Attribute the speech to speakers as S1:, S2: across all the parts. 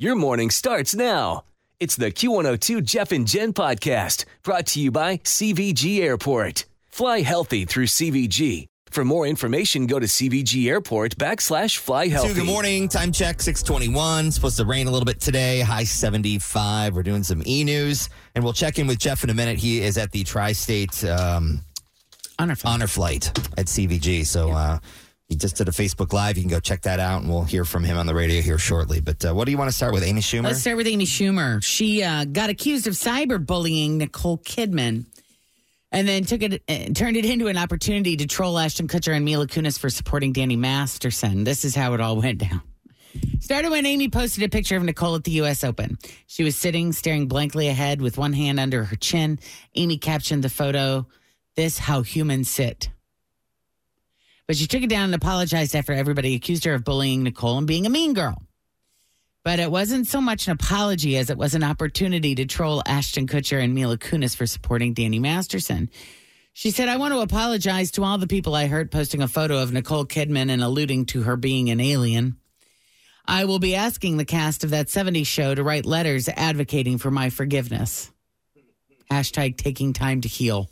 S1: Your morning starts now. It's the Q102 Jeff and Jen podcast brought to you by CVG Airport. Fly healthy through CVG. For more information, go to CVG Airport backslash fly
S2: Two,
S1: healthy.
S2: good morning. Time check 621. Supposed to rain a little bit today. High 75. We're doing some e news. And we'll check in with Jeff in a minute. He is at the tri state um,
S3: Honor
S2: honor flight at CVG. So uh, he just did a Facebook Live. You can go check that out and we'll hear from him on the radio here shortly. But uh, what do you want to start with? Amy Schumer?
S4: Let's start with Amy Schumer. She uh, got accused of cyberbullying Nicole Kidman, and then took it uh, turned it into an opportunity to troll Ashton Kutcher and Mila Kunis for supporting Danny Masterson. This is how it all went down. Started when Amy posted a picture of Nicole at the U.S. Open. She was sitting, staring blankly ahead with one hand under her chin. Amy captioned the photo, This How Humans Sit. But she took it down and apologized after everybody accused her of bullying Nicole and being a mean girl. But it wasn't so much an apology as it was an opportunity to troll Ashton Kutcher and Mila Kunis for supporting Danny Masterson. She said, I want to apologize to all the people I hurt posting a photo of Nicole Kidman and alluding to her being an alien. I will be asking the cast of that 70s show to write letters advocating for my forgiveness. Hashtag taking time to heal.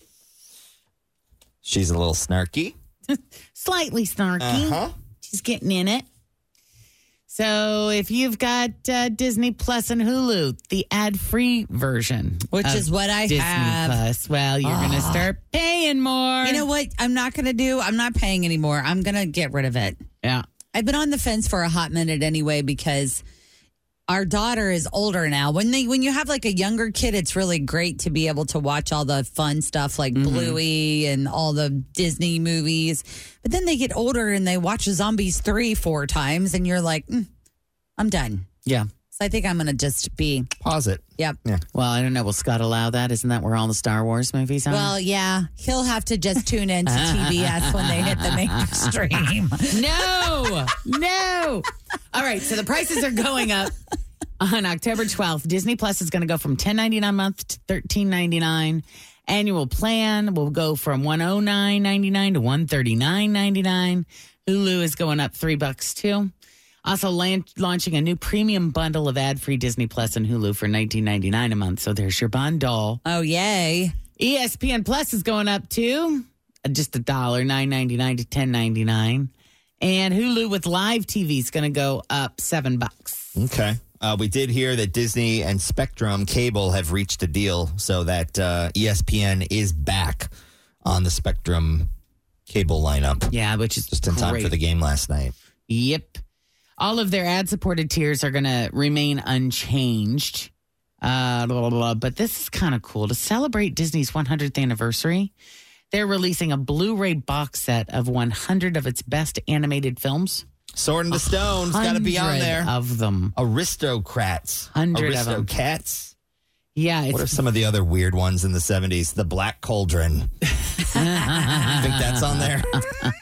S2: She's a little snarky.
S4: Slightly snarky.
S2: Uh-huh.
S4: She's getting in it. So if you've got uh, Disney Plus and Hulu, the ad-free version,
S5: Which
S4: of
S5: is what I
S4: Disney
S5: have. Ah.
S4: Plus, well, you're gonna start paying more.
S5: You know what? I'm not going to do. I'm not paying anymore. I'm going to get rid of it.
S4: Yeah.
S5: I've been on the fence for a hot minute anyway because our daughter is older now. When they when you have like a younger kid, it's really great to be able to watch all the fun stuff
S4: Mm-hmm.
S5: like Bluey and all the Disney movies. But then they get older and they watch Zombies 3 four times and you're like, "Mm, "I'm done."
S4: Yeah.
S5: So I think I'm going to just be
S2: Pause it.
S5: yep.
S4: Well, I don't know. Will Scott allow that? Isn't that where all the Star Wars movies are?
S5: Well, yeah, he'll have to just tune in to TBS when they hit the mainstream.
S4: No, no. All right, so the prices are going up on October 12th. Disney Plus is going to go from 10.99 a month to 13.99. Annual plan will go from 109.99 to 139.99. Hulu is going up 3 bucks too. Also lan- launching a new premium bundle of ad-free Disney Plus and Hulu for 19.99 a month. So there's your bundle.
S5: Oh, yay.
S4: ESPN Plus is going up to uh, just a dollar nine ninety nine to ten ninety nine, and Hulu with live TV is going to go up seven bucks.
S2: Okay. Uh, we did hear that Disney and Spectrum Cable have reached a deal so that uh, ESPN is back on the Spectrum cable lineup
S4: Yeah, which is
S2: just in time for
S4: great.
S2: the game last night.
S4: Yep, all of their ad supported tiers are going to remain unchanged. Uh, blah, blah, blah. But this is kind of cool to celebrate Disney's 100th anniversary. They're releasing a Blu-ray box set of 100 of its best animated films.
S2: Sword and the Stone's got to be on
S4: 100
S2: there.
S4: of them.
S2: Aristocrats.
S4: 100 of 'em.
S2: Aristocats.
S4: Yeah,
S2: What are
S4: it's
S2: some of the other weird ones in the 70s? The Black Cauldron. I think that's on there.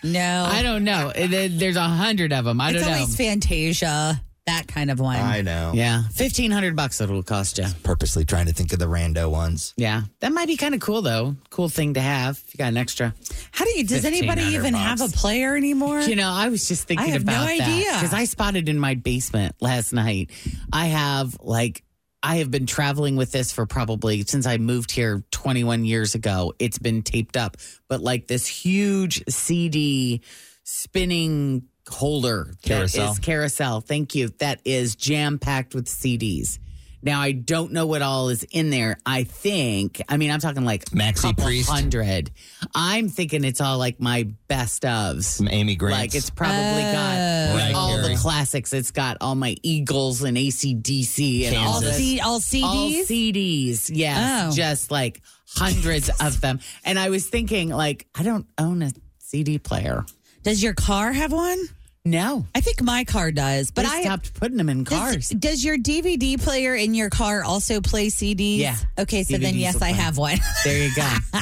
S5: No.
S4: I don't know. There- There's a hundred of them. I
S5: it's
S4: don't know.
S5: always Fantasia, that kind of one.
S2: I know.
S4: yeah, fifteen hundred bucks it'll cost you.
S2: Purposely trying to think of the rando ones.
S4: Yeah, that might be kind of cool though. Cool thing to have if you got an extra.
S5: How do you, does anybody
S4: 1500
S5: even
S4: bucks.
S5: have a player anymore?
S4: You know, I was just thinking
S5: I have
S4: about
S5: no
S4: that
S5: idea.
S4: because I spotted in my basement last night. I have like I have been traveling with this for probably since I moved here 21 years ago. It's been taped up, but like this huge CD spinning holder
S2: Carousel.
S4: that is carousel. Thank you. That is jam packed with CDs. Now I don't know what all is in there. I think I mean I'm talking like
S2: Maxi
S4: couple
S2: Priest.
S4: hundred. I'm thinking it's all like my best ofs.
S2: Some Amy Grant.
S4: Like it's probably
S5: Oh.
S4: got
S2: Right,
S4: all
S2: Carrie.
S4: the classics. It's got all my Eagles and ACDC and all
S5: all,
S4: this.
S5: C- all CDs?
S4: All CDs, yes,
S5: Oh.
S4: just like hundreds of them. And I was thinking, like, I don't own a CD player.
S5: does your car have one?
S4: No.
S5: I think my car does, but
S4: They
S5: I
S4: stopped putting them in
S5: Does,
S4: cars.
S5: does your DVD player in your car also play CDs?
S4: Yeah.
S5: Okay, so then
S4: DVDs
S5: yes,
S4: will
S5: I
S4: play.
S5: have one.
S4: There you go. so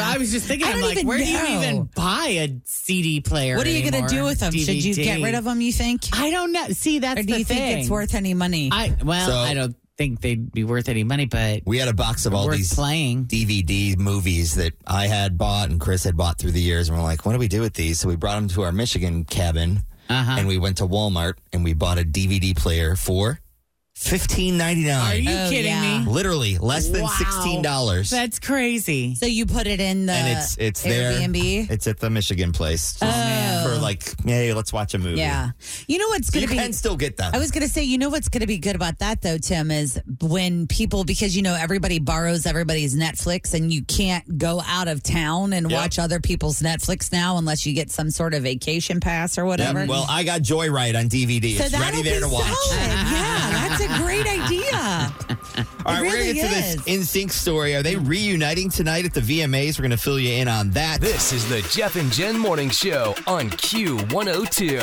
S4: I was just thinking,
S5: I
S4: I'm
S5: don't
S4: like,
S5: even
S4: where do you
S5: know.
S4: even buy a CD player?
S5: what are you going
S4: anymore?
S5: to do with them? Should you get
S4: DVD?
S5: rid of them, you think?
S4: I don't know. See, Ah, that's
S5: Or do
S4: the
S5: you
S4: thing.
S5: think it's worth any money?
S4: I well,
S2: So-
S4: I don't think they'd be worth any money, but
S2: We had a box of all
S4: worth
S2: these
S4: playing.
S2: DVD movies that I had bought and Chris had bought through the years, and we're like, what do we do with these? So we brought them to our Michigan cabin,
S4: Uh-huh.
S2: and we went to Walmart and we bought a DVD player for fifteen ninety
S4: Are
S2: nine.
S4: you
S5: Oh,
S4: kidding
S5: yeah.
S4: me?
S2: Literally less than
S4: Wow.
S2: sixteen dollars, and
S4: That's crazy.
S5: so you put it in the
S2: it's it's there.
S5: uh, Airbnb. Oh.
S2: It's at the Michigan place just for like, hey, let's watch a movie.
S5: yeah. You know what's
S2: So
S5: going
S2: you
S5: to be
S2: can still get that.
S5: I was going to say, you know what's going to be good about that, though, Tim, is when people, because you know, everybody borrows everybody's Netflix and you can't go out of town and
S2: Yep.
S5: watch other people's Netflix now unless you get some sort of vacation pass or
S2: Yeah,
S5: whatever.
S2: well, I got Joyride on DVD.
S5: so
S2: it's
S5: that'll
S2: ready there
S5: be
S2: to watch.
S5: solid. yeah, that's a great idea.
S2: All right, we're
S5: really
S2: gonna get to
S5: is.
S2: this instinct story. Are they reuniting tonight at the VMAs? We're gonna fill you in on that.
S1: This is the Jeff and Jen Morning Show on Q102.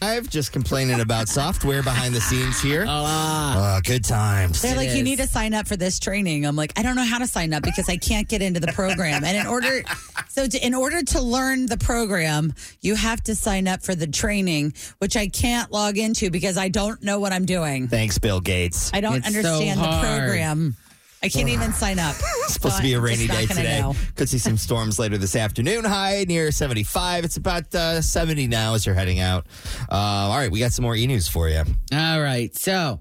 S2: I've just complaining about software behind the scenes here.
S4: Ah,
S2: Ah, good times.
S5: They're like,
S4: is.
S5: you need to sign up for this training. I'm like, I don't know how to sign up because I can't get into the program. And in order, so to, in order to learn the program, you have to sign up for the training, which I can't log into because I don't know what I'm doing.
S2: Thanks, Bill Gates.
S5: I don't
S4: It's so
S5: understand the
S4: hard.
S5: program. I can't even sign up.
S2: It's supposed to be a
S5: I'm
S2: rainy
S5: just not
S2: day
S5: gonna
S2: today.
S5: know.
S2: Could see some storms later this afternoon. High near 75. It's about uh, 70 now as you're heading out. Uh, all right, we got some more e news for you.
S4: All right. So,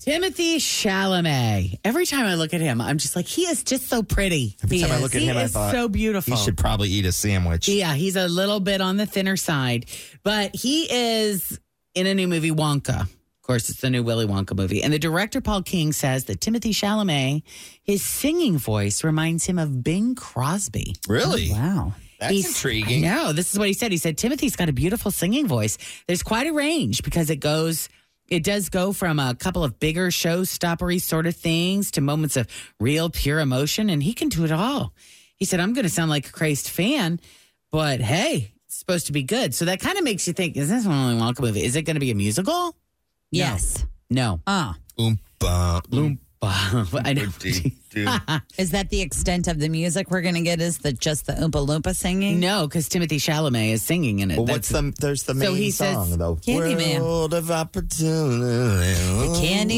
S4: Timothy Chalamet. Every time I look at him, I'm just like, he is just so pretty.
S2: Every
S5: He
S2: time I
S5: is-
S2: look at
S4: he
S2: him, I
S4: is
S2: thought
S4: so beautiful.
S2: he should probably eat a sandwich.
S4: yeah, he's a little bit on the thinner side, but he is in a new movie, Wonka. Of course, it's the new Willy Wonka movie. And the director, Paul King, says that Timothy Chalamet, his singing voice reminds him of Bing Crosby. Oh,
S2: Really?
S4: Wow.
S2: That's intriguing.
S4: No, this is what he said. He said Timothy's got a beautiful singing voice. There's quite a range because it goes it does go from a couple of bigger showstoppery sort of things to moments of real pure emotion and he can do it all. He said I'm going to sound like a crazed fan, but hey, it's supposed to be good. So that kind of makes you think is this one only Wonka movie? Is it going to be a musical?
S5: Yes.
S4: No.
S5: Ah,
S2: Oompa, oompa,
S4: I know.
S2: dee, doo.
S5: is that the extent of the music we're going to get? Is that just the Oompa Loompa singing?
S4: No, because Timothy Chalamet is singing in it.
S2: Well,
S4: That's-
S2: what's the there's the main
S4: So he says
S2: song though.
S5: Candyman.
S2: World of opportunity.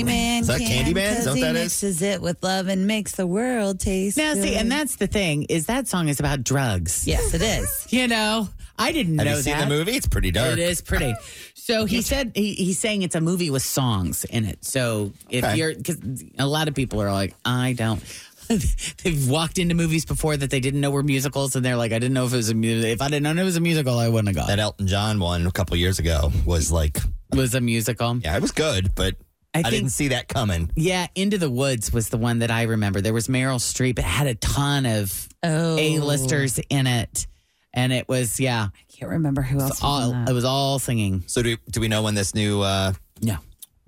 S5: Candyman.
S2: Is that
S5: can,
S2: Candyman? Is
S5: 'cause
S2: that what
S5: he
S2: that is?
S5: mixes it with love and makes the world taste.
S4: Now, see,
S5: good.
S4: and that's the thing is that song is about drugs.
S5: yes, it is.
S4: You know, I didn't
S2: Have
S4: know
S2: you seen
S4: that.
S2: the movie? It's pretty dark.
S4: It is pretty. So he said he, he's saying it's a movie with songs in it. So if
S2: Okay.
S4: you're, because a lot of people are like, I don't. They've walked into movies before that they didn't know were musicals, and they're like, I didn't know if it was a musical. If I didn't know it was a musical, I wouldn't have gone.
S2: That Elton John one a couple years ago was like,
S4: It was a musical.
S2: yeah, it was good, but
S4: I
S2: I,
S4: think-
S2: didn't see that coming.
S4: Yeah, Into the Woods was the one that I remember. There was Meryl Streep. It had a ton of
S5: Oh.
S4: A-listers in it, and it was yeah,
S5: Can't remember who else. was
S4: all
S5: in that.
S4: it was all singing.
S2: So do do we know when this new uh,
S4: No,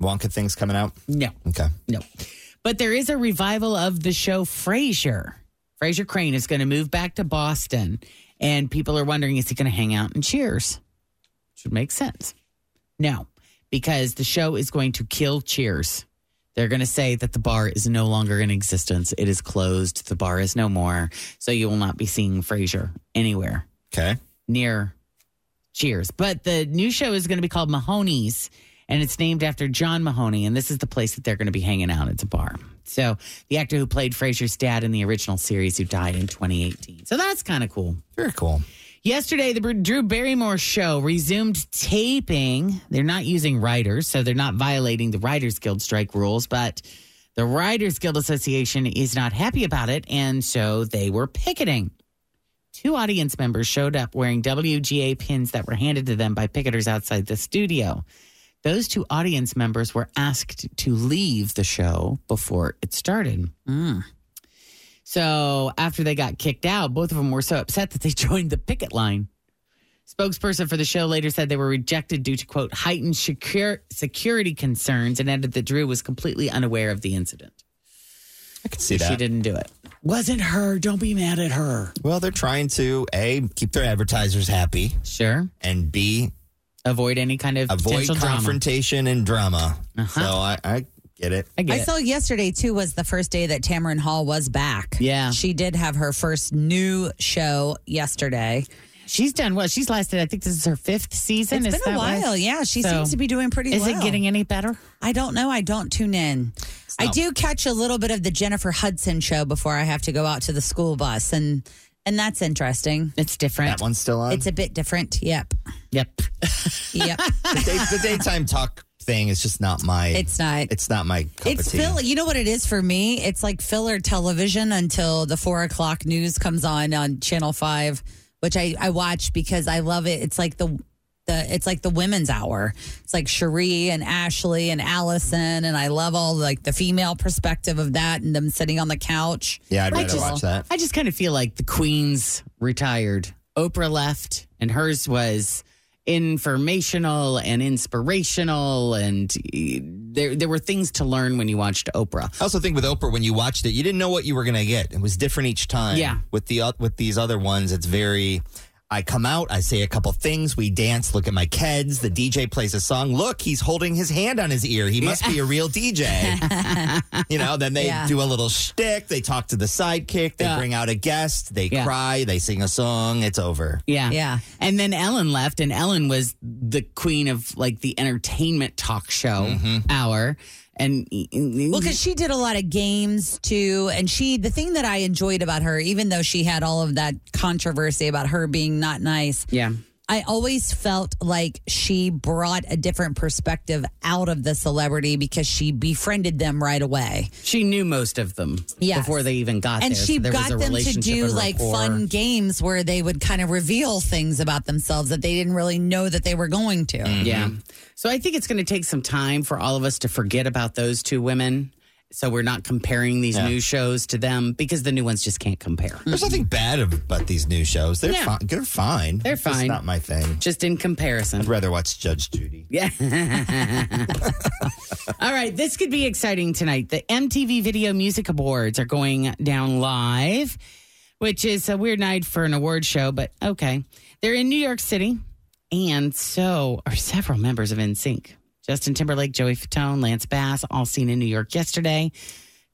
S2: Wonka thing's coming out?
S4: no.
S2: Okay.
S4: No. But there is a revival of the show Frasier. Frasier Crane is going to move back to Boston, and people are wondering is he going to hang out in Cheers? Should make sense. No, because the show is going to kill Cheers. They're going to say that the bar is no longer in existence. It is closed. The bar is no more. So you will not be seeing Frasier anywhere
S2: Okay.
S4: near Cheers. But the new show is going to be called Mahoney's, and it's named after John Mahoney. And this is the place that they're going to be hanging out. It's a bar. So the actor who played Frasier's dad in the original series, who died in 2018. So that's kind of cool.
S2: Very cool.
S4: Yesterday, the Br- Drew Barrymore show resumed taping. They're not using writers, so they're not violating the Writers Guild strike rules, but the Writers Guild Association is not happy about it, and so they were picketing. Two audience members showed up wearing WGA pins that were handed to them by picketers outside the studio. Those two audience members were asked to leave the show before it started. So after they got kicked out, both of them were so upset that they joined the picket line. Spokesperson for the show later said they were rejected due to quote heightened secure- security concerns and added that Drew was completely unaware of the incident.
S2: I can see
S4: She
S2: that.
S4: didn't do it. Wasn't her. Don't be mad at her.
S2: Well, they're trying to a keep their advertisers happy
S4: Sure.
S2: and b
S4: Avoid any kind of
S2: avoid
S4: potential drama. Uh-huh.
S2: confrontation and drama. So I, I get it.
S4: I get
S5: I
S4: it.
S5: saw yesterday too was the first day that Tamron Hall was back.
S4: Yeah.
S5: She did have her first new show yesterday.
S4: She's done well. She's lasted, I think this is her fifth season.
S5: it's
S4: Is
S5: been a
S4: that right?
S5: while. Yeah. She
S4: So-
S5: seems to be doing pretty
S4: Is
S5: well.
S4: it getting any better?
S5: I don't know. I don't tune in. I do catch a little bit of the Jennifer Hudson show before I have to go out to the school bus and and that's interesting.
S4: It's different.
S2: That one's still
S4: Um.
S2: on.
S5: It's a bit different. Yep.
S4: Yep.
S5: Yep.
S2: the, day, the daytime talk thing is just not my.
S5: it's not.
S2: it's not my cup
S5: It's
S2: of tea.
S5: filler. You know what it is for me? It's like filler television until the four o'clock news comes on on Channel Five, which I I watch because I love it. It's like the the it's like the women's hour. It's like Cherie and Ashley and Allison, and I love all like the female perspective of that and them sitting on the couch.
S2: Yeah, I'd
S4: I
S2: rather
S4: just-
S2: watch that.
S4: I just kind of feel like the Queen's retired. Oprah left, and hers was informational and inspirational, and eh, there there were things to learn when you watched Oprah.
S2: I also think with Oprah, when you watched it, you didn't know what you were going to get. It was different each time.
S4: Yeah.
S2: With the oth- with these other ones, it's very. I come out, I say a couple things, we dance, look at my kids, the DJ plays a song. Look, he's holding his hand on his ear. He must be a real DJ. you know, then they
S5: Yeah.
S2: do a little shtick, they talk to the sidekick, they bring out a guest, they
S4: Yeah.
S2: cry, they sing a song, it's over.
S4: Yeah.
S5: Yeah.
S4: And then Ellen left, and Ellen was the queen of like the entertainment talk show hour. And
S5: Mm-hmm.
S4: eh,
S5: Well, because she did a lot of games too. And she, the thing that I enjoyed about her, even though she had all of that controversy about her being not nice,
S4: yeah,
S5: I always felt like she brought a different perspective out of the celebrity because she befriended them right away.
S4: she knew most of them
S5: Yes.
S4: before they even got
S5: And
S4: there. so
S5: she
S4: there was
S5: got
S4: a
S5: them to
S4: relationship
S5: do
S4: and
S5: like
S4: rapport.
S5: fun games where they would kind of reveal things about themselves that they didn't really know that they were going to.
S4: Yeah. So I think it's going to take some time for all of us to forget about those two women. So we're not comparing these new shows to them because the new ones just can't compare.
S2: There's nothing bad about these new shows. They're,
S4: Yeah.
S2: fine. They're fine.
S4: They're
S2: It's just
S4: fine.
S2: not my thing.
S4: Just in comparison.
S2: I'd rather watch Judge Judy.
S4: Yeah. All right. This could be exciting tonight. The MTV Video Music Awards are going down live, which is a weird night for an award show, but okay. They're in New York City, and so are several members of NSYNC. Justin Timberlake, Joey Fatone, Lance Bass, all seen in New York yesterday.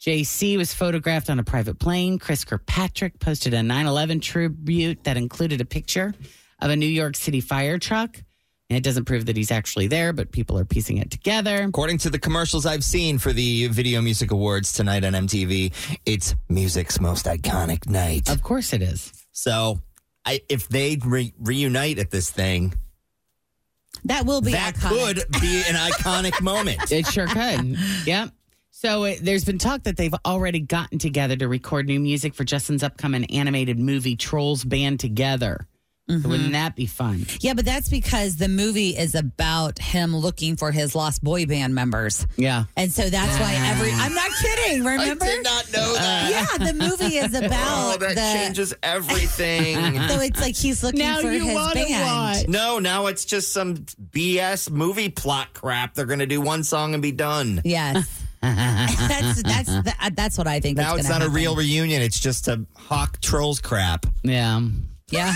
S4: JC was photographed on a private plane. Chris Kirkpatrick posted a 9 11 tribute that included a picture of a New York City fire truck. And it doesn't prove that he's actually there, but people are piecing it together.
S2: According to the commercials I've seen for the Video Music Awards tonight on MTV, it's music's most iconic night.
S4: Of course it is.
S2: So, I, if they re- reunite at this thing,
S5: That will be
S2: that
S5: iconic.
S2: could be an iconic moment.
S4: It sure could. yep. So it, there's been talk that they've already gotten together to record new music for Justin's upcoming animated movie Trolls Band Together. So wouldn't that be fun?
S5: Yeah, but that's because the movie is about him looking for his lost boy band members.
S4: Yeah.
S5: And so that's why every I'm not kidding, remember?
S2: not know that. Oh,
S5: yeah, the movie is
S4: Oh,
S5: about the
S2: everything.
S5: so it's like he's looking
S4: Now
S5: for
S4: you
S5: his
S4: wanna
S5: band.
S2: no, now it's just some BS movie plot crap. They're going to do one song and be done.
S5: Yes. that's that's that, that's what I think.
S2: Now
S5: is
S2: it's
S5: gonna
S2: not a
S5: happen.
S2: real reunion. It's just a hawk trolls crap.
S4: Yeah.
S5: Yeah,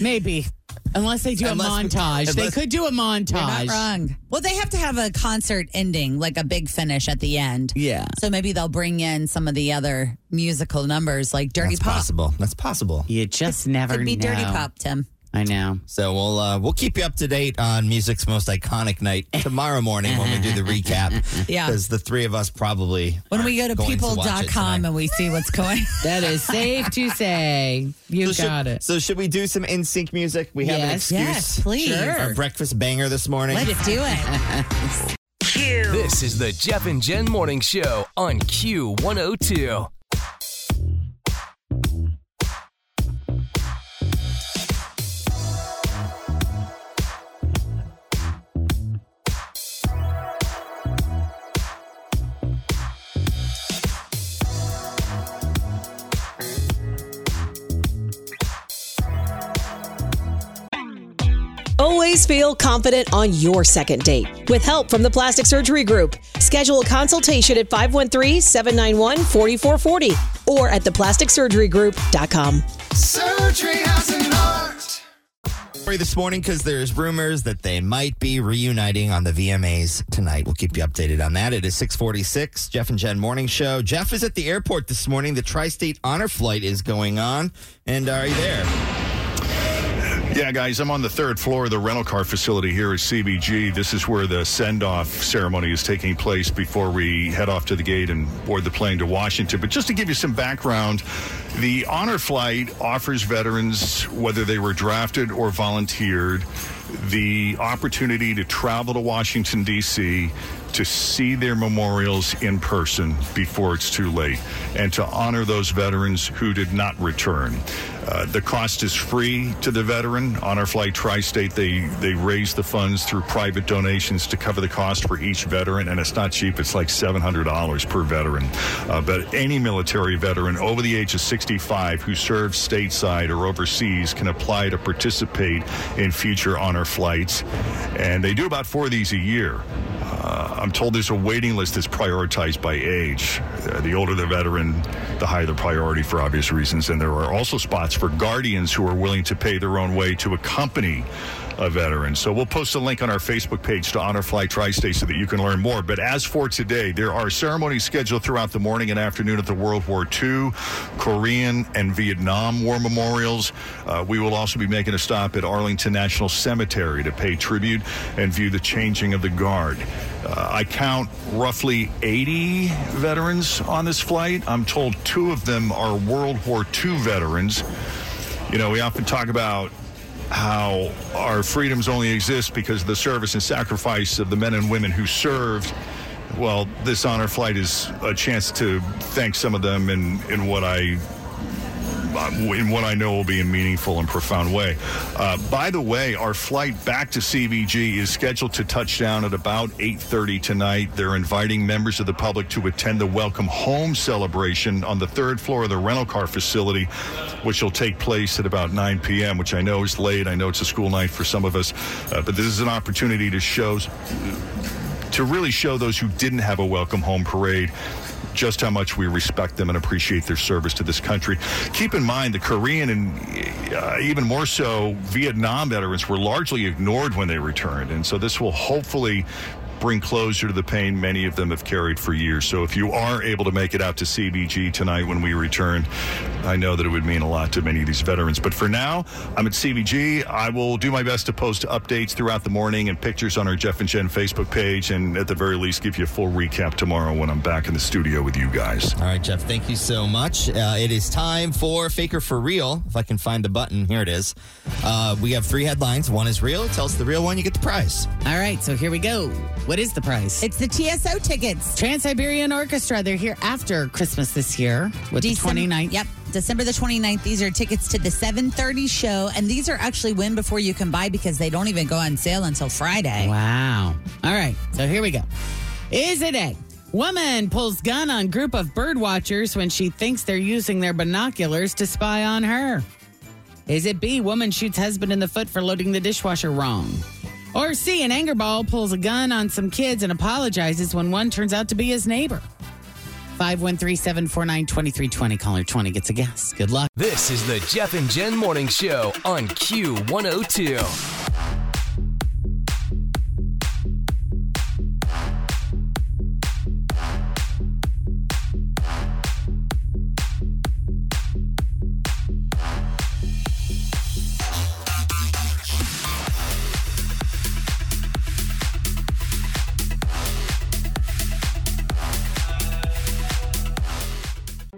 S4: Maybe. Unless they do
S2: Unless-
S4: a montage. they
S2: unless-
S4: could do a
S5: not
S4: montage.
S5: wrong. Well, they have to have a concert ending, like a big finish at the end.
S4: Yeah.
S5: So maybe they'll bring in some of the other musical numbers, like Dirty
S2: That's
S5: Pop.
S2: possible. That's possible.
S4: You just never
S5: Could be
S4: know.
S5: Dirty Pop, Tim.
S4: I know.
S2: So we'll uh, we'll keep you up to date on music's most iconic night tomorrow morning when we do the recap.
S5: Yeah.
S2: because the three of us probably
S5: When we go
S2: aren't
S5: to
S2: going watch it
S5: people.com
S2: tonight.
S5: and we see what's going.
S4: That is safe to say. You
S2: So
S4: got
S2: should,
S4: it.
S2: so should we do some in sync music? We have an
S4: Yes.
S2: excuse.
S5: Yes, please. Sure.
S2: Our breakfast banger this morning.
S5: Let's do it.
S1: This is the Jeff and Jen Morning Show on Q102.
S6: Always feel confident on your second date with help from the Plastic Surgery Group. Schedule a consultation at 513 791 4440 or at theplasticsurgerygroup.com.
S7: Surgery has an art.
S2: Sorry this morning because there's rumors that they might be reuniting on the VMAs tonight. We'll keep you updated on that. It is 646, Jeff and Jen Morning Show. Jeff is at the airport this morning. The Tri-State Honor Flight is going on. And are you there?
S8: Yeah, guys, I'm on the third floor of the rental car facility here at CBG. This is where the send off ceremony is taking place before we head off to the gate and board the plane to Washington. But just to give you some background, the honor flight offers veterans, whether they were drafted or volunteered, the opportunity to travel to Washington, D.C. to see their memorials in person before it's too late and to honor those veterans who did not return. Uh, the cost is free to the veteran. Honor Flight Tri State, they, they raise the funds through private donations to cover the cost for each veteran, and it's not cheap. It's like $700 per veteran. Uh, but any military veteran over the age of 65 who served stateside or overseas can apply to participate in future honor flights. And they do about four of these a year. Uh, I'm told there's a waiting list that's prioritized by age. Uh, the older the veteran, the higher the priority for obvious reasons. And there are also spots for guardians who are willing to pay their own way to accompany a veteran. So we'll post a link on our Facebook page to Honor Fly Tri State so that you can learn more. But as for today, there are ceremonies scheduled throughout the morning and afternoon at the World War II, Korean, and Vietnam War memorials. Uh, we will also be making a stop at Arlington National Cemetery to pay tribute and view the changing of the guard. Uh, I count roughly 80 veterans on this flight. I'm told two of them are World War II veterans. You know, we often talk about how our freedoms only exist because of the service and sacrifice of the men and women who served. Well, this honor flight is a chance to thank some of them in, in what I in what I know will be a meaningful and profound way. Uh, by the way, our flight back to CVG is scheduled to touch down at about 8:30 tonight. They're inviting members of the public to attend the Welcome Home celebration on the third floor of the rental car facility, which will take place at about 9 p.m. Which I know is late. I know it's a school night for some of us, uh, but this is an opportunity to show. To really show those who didn't have a welcome home parade just how much we respect them and appreciate their service to this country. Keep in mind the Korean and uh, even more so Vietnam veterans were largely ignored when they returned. And so this will hopefully bring closure to the pain many of them have carried for years. So if you are able to make it out to CBG tonight when we return, I know that it would mean a lot to many of these veterans. But for now, I'm at CBG. I will do my best to post updates throughout the morning and pictures on our Jeff and Jen Facebook page, and at the very least, give you a full recap tomorrow when I'm back in the studio with you guys.
S2: All right, Jeff, thank you so much. Uh, it is time for Faker for Real. If I can find the button, here it is. Uh, we have three headlines. One is real. Tell us the real one. You get the prize.
S4: All right, so here we go. What is the price?
S5: It's the TSO tickets.
S4: Trans Siberian Orchestra. They're here after Christmas this year with
S5: Decem-
S4: the 29th.
S5: Yep. December the 29th. These are tickets to the 7:30 show and these are actually win before you can buy because they don't even go on sale until Friday.
S4: Wow. All right. So here we go. Is it A? Woman pulls gun on group of bird watchers when she thinks they're using their binoculars to spy on her. Is it B? Woman shoots husband in the foot for loading the dishwasher wrong. Or C? An anger ball pulls a gun on some kids and apologizes when one turns out to be his neighbor. 513 749 2320. Caller 20 gets a guess. Good luck.
S1: This is the Jeff and Jen Morning Show on Q102.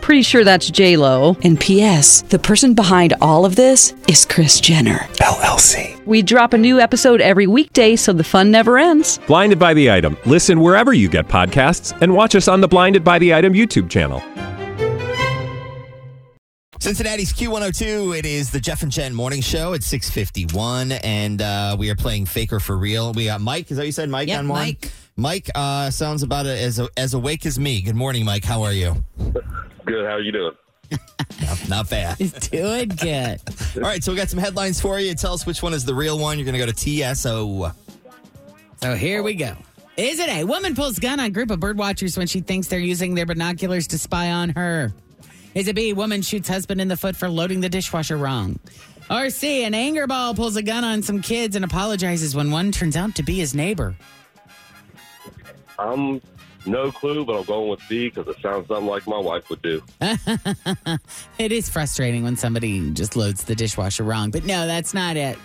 S9: Pretty sure that's J Lo.
S10: And P.S. The person behind all of this is Chris Jenner
S11: LLC.
S9: We drop a new episode every weekday, so the fun never ends.
S11: Blinded by the item. Listen wherever you get podcasts, and watch us on the Blinded by the Item YouTube channel.
S2: Cincinnati's Q102. It is the Jeff and Jen Morning Show at 6:51, and uh, we are playing Faker for Real. We got Mike. Is that what you said, Mike?
S5: Yep,
S2: on one?
S5: Mike.
S2: Mike uh, sounds about a, as as awake as me. Good morning, Mike. How are you?
S12: Good. How are you doing?
S2: Not bad.
S4: Doing good.
S2: All right, so we got some headlines for you. Tell us which one is the real one. You're going to go to TSO.
S4: So here we go. Is it a woman pulls gun on group of bird watchers when she thinks they're using their binoculars to spy on her? Is it B, woman shoots husband in the foot for loading the dishwasher wrong? Or C, an anger ball pulls a gun on some kids and apologizes when one turns out to be his neighbor?
S12: I'm no clue, but I'm going with B because it sounds something like my wife would do.
S4: It is frustrating when somebody just loads the dishwasher wrong, but no, that's not it.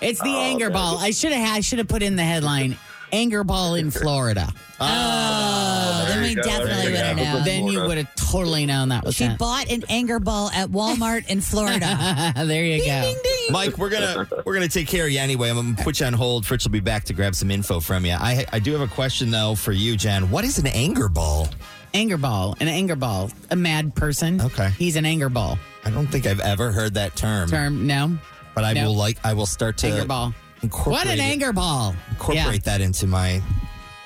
S4: It's the
S12: Oh,
S4: anger
S12: okay.
S4: ball. I should have I should have put in the headline anger ball in Florida.
S5: Oh, then we definitely would have known.
S4: Then you would have totally known that was
S5: She
S4: it.
S5: bought an anger ball at Walmart in Florida.
S4: there you go.
S2: Mike, we're gonna we're gonna take care of you anyway. I'm gonna put you on hold. Fritz will be back to grab some info from you. I I do have a question though for you, Jen. What is an anger ball?
S4: Anger ball, an anger ball, a mad person. Okay, he's an anger ball.
S2: I don't think I've ever heard that term.
S4: Term, no.
S2: But I
S4: No.
S2: will like I will start to
S4: Anger ball.
S2: Incorporate
S4: What an
S2: it-
S4: anger ball!
S2: Incorporate that into my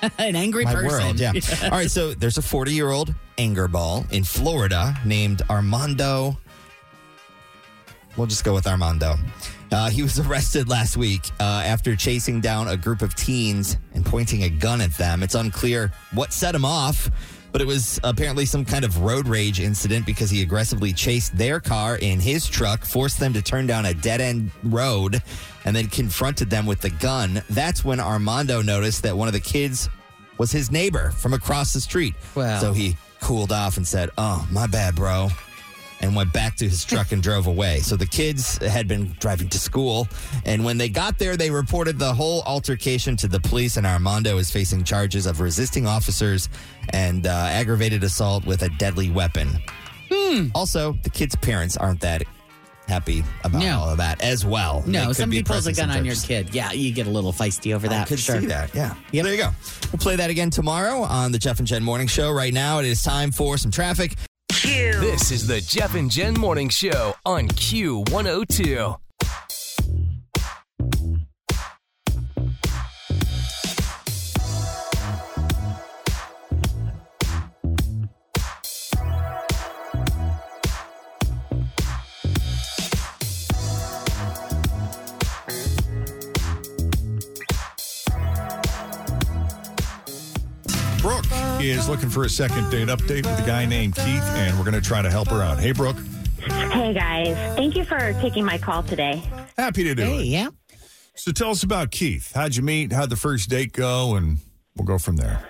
S4: Yeah. an angry
S2: my
S4: person.
S2: world. Yeah. All right. So there's a 40 year old anger ball in Florida named Armando. We'll just go with Armando. Uh, he was arrested last week uh, after chasing down a group of teens and pointing a gun at them. It's unclear what set him off, but it was apparently some kind of road rage incident because he aggressively chased their car in his truck, forced them to turn down a dead end road, and then confronted them with the gun. That's when Armando noticed that one of the kids was his neighbor from across the street.
S4: Wow.
S2: So he cooled off and said, Oh, my bad, bro. And went back to his truck and drove away. So the kids had been driving to school. And when they got there, they reported the whole altercation to the police. And Armando is facing charges of resisting officers and uh, aggravated assault with a deadly weapon.
S4: Hmm.
S2: Also, the kids' parents aren't that happy about
S4: No.
S2: all of that as well. They
S4: No,
S2: could
S4: somebody
S2: be
S4: pulls a
S2: pressing
S4: gun
S2: some
S4: on your
S2: charges.
S4: kid. Yeah, you get a little feisty over that.
S2: I could
S4: for sure.
S2: see that. Yeah. Yeah. There you go. We'll play that again tomorrow on the Jeff and Jen Morning Show. Right now, it is time for some traffic.
S1: This is the Jeff and Jen Morning Show on Q102.
S8: Brooke is looking for a second date update with a guy named Keith, and we're going to try to help her out. Hey, Brooke.
S13: Hey guys, thank you for taking my call today.
S8: Happy to do it.
S4: yeah.
S8: So tell us about Keith. How'd you meet? How'd the first date go? And we'll go from there.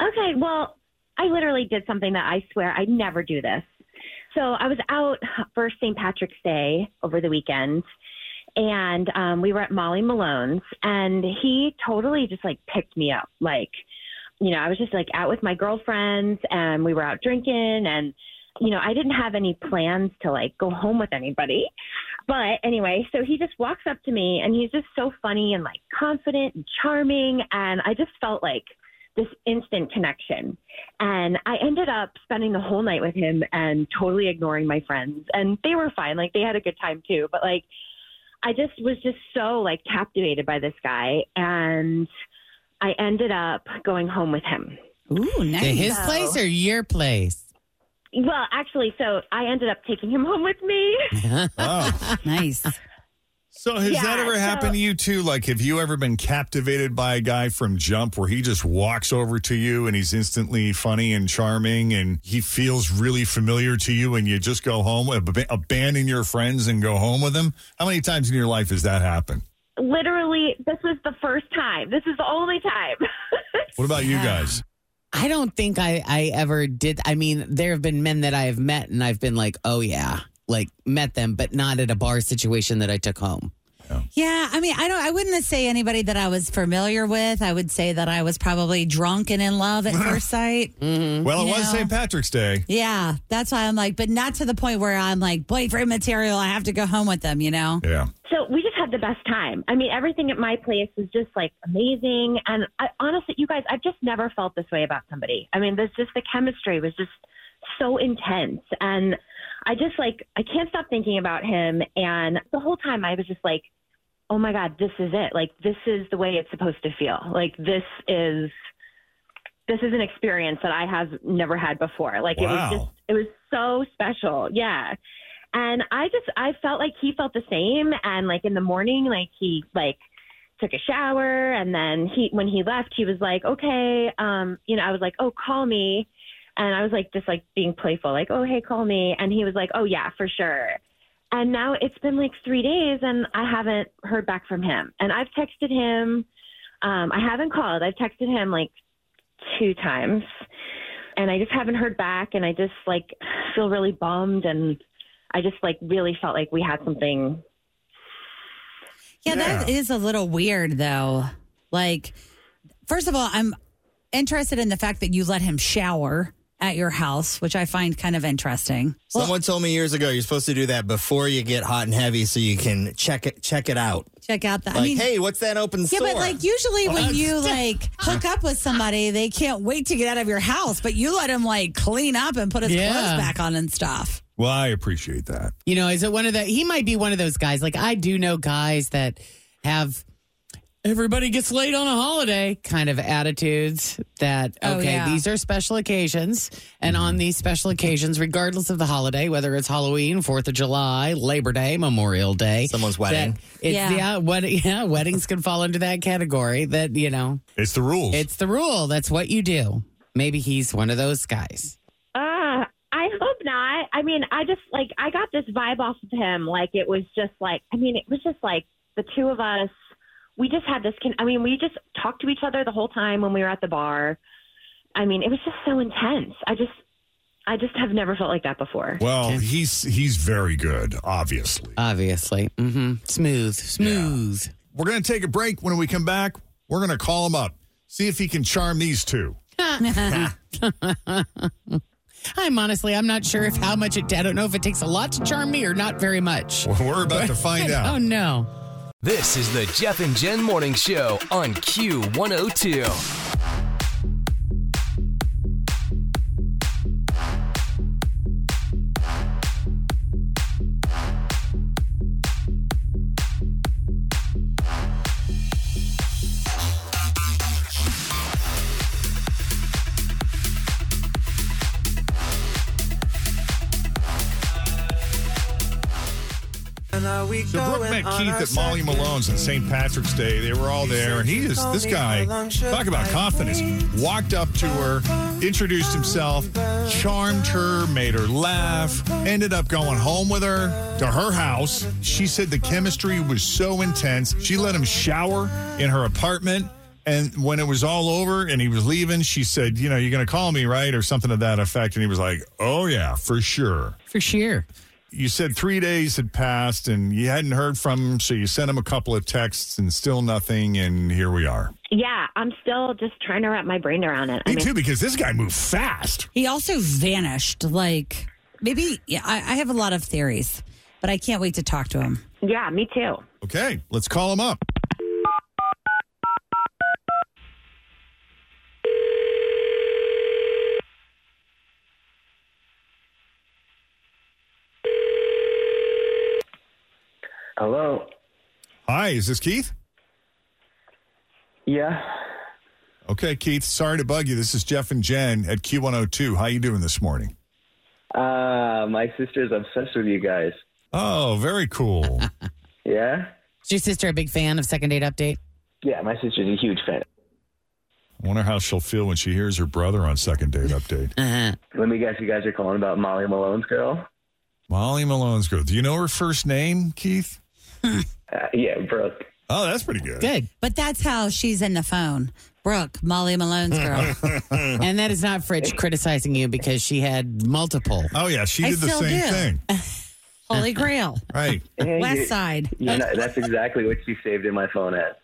S13: Okay, well, I literally did something that I swear I never do this. So I was out for St. Patrick's Day over the weekend, and um, we were at Molly Malone's, and he totally just like picked me up. Like, you know, I was just like out with my girlfriends, and we were out drinking, and you know, I didn't have any plans to like go home with anybody. But anyway, so he just walks up to me, and he's just so funny and like confident and charming, and I just felt like this instant connection. And I ended up spending the whole night with him and totally ignoring my friends. And they were fine. Like they had a good time too. But like I just was just so like captivated by this guy. And I ended up going home with him.
S4: Ooh, nice. To his
S13: So-
S4: place or your place?
S13: Well, actually, so I ended up taking him home with me.
S8: Wow.
S5: nice.
S8: So has
S13: Yeah,
S8: that ever
S13: so-
S8: happened to you too? Like, have you ever been captivated by a guy from Jump where he just walks over to you and he's instantly funny and charming and he feels really familiar to you and you just go home, ab- abandon your friends and go home with him? How many times in your life has that happened?
S13: Literally, this was the first time. This is the only time.
S8: What about you guys?
S4: I don't think I, I ever did. I mean, there have been men that I have met and I've been like, oh, yeah, like met them, but not at a bar situation that I took home.
S5: Yeah, I mean, I don't. I wouldn't say anybody that I was familiar with. I would say that I was probably drunk and in love at first sight.
S13: Mm-hmm.
S8: Well, it
S5: You
S8: was
S5: know.
S8: St. Patrick's Day.
S5: Yeah, that's why I'm like, but not to the point where I'm like boyfriend material. I have to go home with them, you know.
S8: Yeah.
S13: So we just had the best time. I mean, everything at my place was just like amazing. And I, honestly, you guys, I've just never felt this way about somebody. I mean, there's just the chemistry was just so intense. And I just like, I can't stop thinking about him. And the whole time I was just like, oh my God, this is it. Like, this is the way it's supposed to feel. Like, this is, this is an experience that I have never had before. Like, it was
S14: Wow.
S13: just, it was so special. Yeah. And I just, I felt like he felt the same. And like in the morning, like he, like, took a shower and then he when he left he was like okay um you know i was like oh call me and i was like just like being playful like oh hey call me and he was like oh yeah for sure and now it's been like 3 days and i haven't heard back from him and i've texted him um i haven't called i've texted him like two times and i just haven't heard back and i just like feel really bummed and i just like really felt like we had something
S5: Yeah, that is a little weird though. Like, first of all, I'm interested in the fact that you let him shower at your house, which I find kind of interesting.
S2: Someone told me years ago you're supposed to do that before you get hot and heavy so you can check it check it out.
S5: Check out the.
S2: Like,
S5: I mean,
S2: hey, what's that open
S5: yeah,
S2: sore?
S5: but like usually when you like hook up with somebody, they can't wait to get out of your house, but you let him like clean up and put his
S4: Yeah.
S5: clothes back on and stuff.
S8: Well, I appreciate that.
S4: You know, is it one of the? He might be one of those guys. Like I do know guys that have everybody gets laid on a holiday kind of attitudes. That okay,
S5: Oh, yeah.
S4: these are special occasions, and on these special occasions, regardless of the holiday, whether it's Halloween, Fourth of July, Labor Day, Memorial Day, someone's
S2: wedding.
S4: It's,
S2: Yeah.
S4: yeah, wed- yeah, weddings can fall into that category. That you know,
S8: it's the rules.
S4: It's the rule. That's what you do. Maybe he's one of those guys.
S13: Uh, I hope not. I mean, I just like I got this vibe off of him. Like it was just like I mean, it was just like the two of us. We just had this. Con- I mean, we just talked to each other the whole time when we were at the bar. I mean, it was just so intense. I just, I just have never felt like that before.
S8: Well, he's he's very good, obviously.
S4: Obviously. Mm-hmm. Smooth, smooth.
S8: We're going to take a break. When we come back, we're going to call him up, see if he can charm these two.
S4: I'm honestly, I'm not sure if how much it. I don't know if it takes a lot to charm me or not very much.
S8: We're about to find out.
S4: Oh no!
S1: This is the Jeff and Jen Morning Show on Q102.
S8: So Brooke met Keith at Molly Malone's on St. Patrick's Day. They were all there, and he is this guy. Talk about confidence. Walked up to her, introduced himself, charmed her, made her laugh. Ended up going home with her to her house. She said the chemistry was so intense. She let him shower in her apartment. And when it was all over and he was leaving, she said, You know, you're going to call me, right? Or something to that effect. And he was like, Oh, yeah, for sure
S4: For sure.
S8: you said three days had passed and you hadn't heard from him, so you sent him a couple of texts and still nothing, and here we are.
S13: Yeah, I'm still just trying to wrap my brain around it. I
S8: Me
S13: mean,
S8: too, because this guy moved fast.
S5: He also vanished. Like maybe yeah, I, I have a lot of theories, but I can't wait to talk to him.
S13: Yeah, me too.
S8: Okay, let's call him up.
S12: Hello.
S8: Hi, is this Keith?
S12: Yeah.
S8: Okay, Keith, sorry to bug you. This is Jeff and Jen at Q102. How you doing this morning?
S12: Uh, my sister's obsessed with you guys.
S8: Oh, very cool.
S12: Yeah?
S4: Is your sister a big fan of Second Date Update?
S12: Yeah, my sister's a huge fan.
S8: I wonder how she'll feel when she hears her brother on second date update.
S5: Uh.
S12: Let me guess, you guys are calling about Molly Malone's girl?
S8: Molly Malone's girl. Do you know her first name, Keith?
S12: Uh, yeah, Brooke.
S8: Oh, that's pretty good.
S5: But that's how she's in the phone. Brooke, Molly Malone's girl.
S4: and that is not Fritch criticizing you because she had multiple.
S8: Oh yeah, she
S5: I did the still same do. thing. Holy Grail.
S8: Right.
S5: West Side.
S12: You know, that's exactly what she saved in my phone as.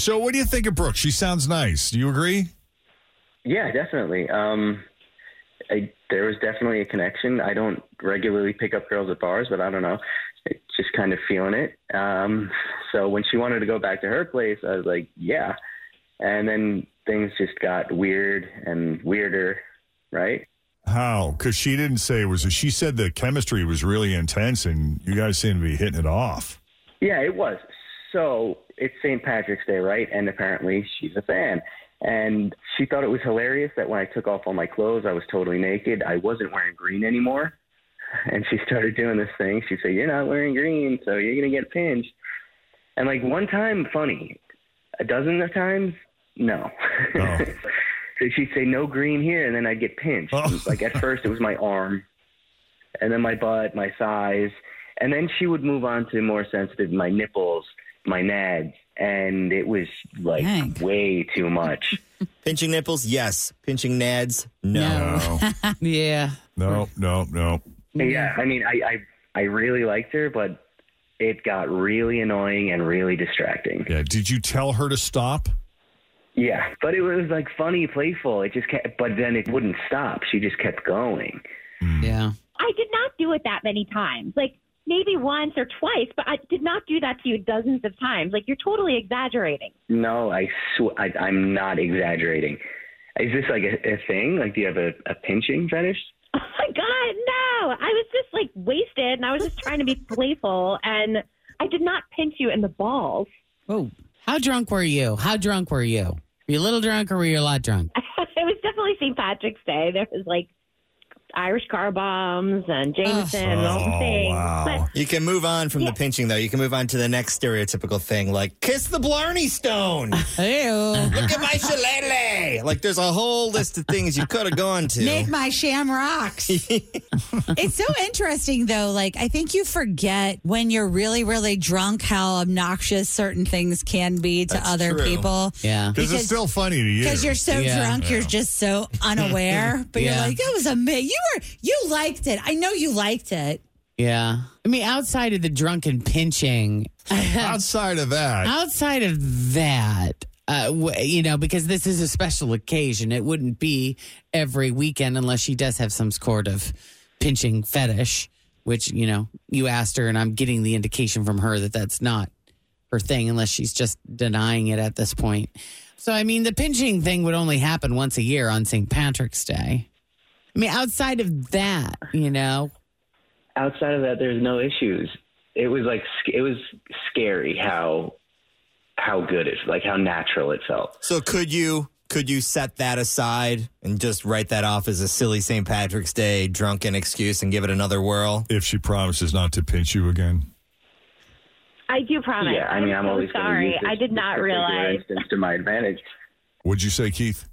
S8: So, what do you think of Brooke? She sounds nice. Do you agree?
S12: Yeah, definitely. Um, I, there was definitely a connection. I don't regularly pick up girls at bars, but I don't know, It's just kind of feeling it. Um, so when she wanted to go back to her place, I was like, yeah. And then things just got weird and weirder, right?
S8: How? Because she didn't say it was. She said the chemistry was really intense, and you guys seem to be hitting it off.
S12: Yeah, it was. So it's St. Patrick's Day, right? And apparently she's a fan. And she thought it was hilarious that when I took off all my clothes, I was totally naked. I wasn't wearing green anymore. And she started doing this thing. She said, You're not wearing green, so you're going to get pinched. And like one time, funny. A dozen of times, no.
S8: Oh.
S12: so she'd say, No green here. And then I'd get pinched.
S8: Oh.
S12: Like at first, it was my arm, and then my butt, my thighs. And then she would move on to more sensitive, my nipples, my nads. And it was like way too much.
S2: Pinching nipples, yes. Pinching nads, no.
S4: yeah.
S8: No, no, no.
S12: Yeah, I mean, I, I, I really liked her, but it got really annoying and really distracting.
S8: Yeah. Did you tell her to stop?
S12: Yeah, but it was like funny, playful. It just kept, but then it wouldn't stop. She just kept going.
S4: Yeah.
S13: I did not do it that many times. Like maybe once or twice, but I did not do that to you dozens of times. Like you're totally exaggerating.
S12: No, I sw- I, I'm not exaggerating. Is this like a, a thing? Like, do you have a, a pinching fetish?
S13: Oh my god, no! I was just like wasted, and I was just trying to be playful, and I did not pinch you in the balls.
S4: Oh, how drunk were you? How drunk were you? Were you a little drunk or were you a lot drunk?
S13: it was definitely St. Patrick's Day. There was like Irish car bombs and Jameson and all the things. But
S2: You can move on from the pinching, though. You can move on to the next stereotypical thing, like kiss the Blarney Stone. Look at my shillelagh. Like, there's a whole list of things you could have gone to.
S5: Make my shamrocks. it's so interesting, though. Like, I think you forget when you're really, really drunk how obnoxious certain things can be to
S8: That's
S5: other
S8: true.
S5: people.
S8: Because it's still funny to you.
S5: Because you're so drunk, you're just so unaware. But
S4: Yeah.
S5: you're like, that was a mi- You were, you liked it. I know you liked it.
S4: Yeah. I mean, outside of the drunken pinching,
S8: outside of that,
S4: outside of that, uh, w- you know, because this is a special occasion. It wouldn't be every weekend unless she does have some sort of pinching fetish, which, you know, you asked her, and I'm getting the indication from her that that's not her thing unless she's just denying it at this point. So, I mean, the pinching thing would only happen once a year on St. Patrick's Day. I mean, outside of that, you know,
S12: Outside of that, there's no issues. It was like sc- it was scary how how good it like how natural it felt.
S2: So could you could you set that aside and just write that off as a silly St. Patrick's Day drunken excuse and give it another whirl?
S8: If she promises not to pinch you again.
S13: I do promise.
S8: Yeah, I mean, I'm
S13: so
S8: always gonna
S13: sorry.
S8: use this-
S13: I did not
S12: particular
S13: realize.
S12: instance to my advantage.
S8: Would you say, Keith?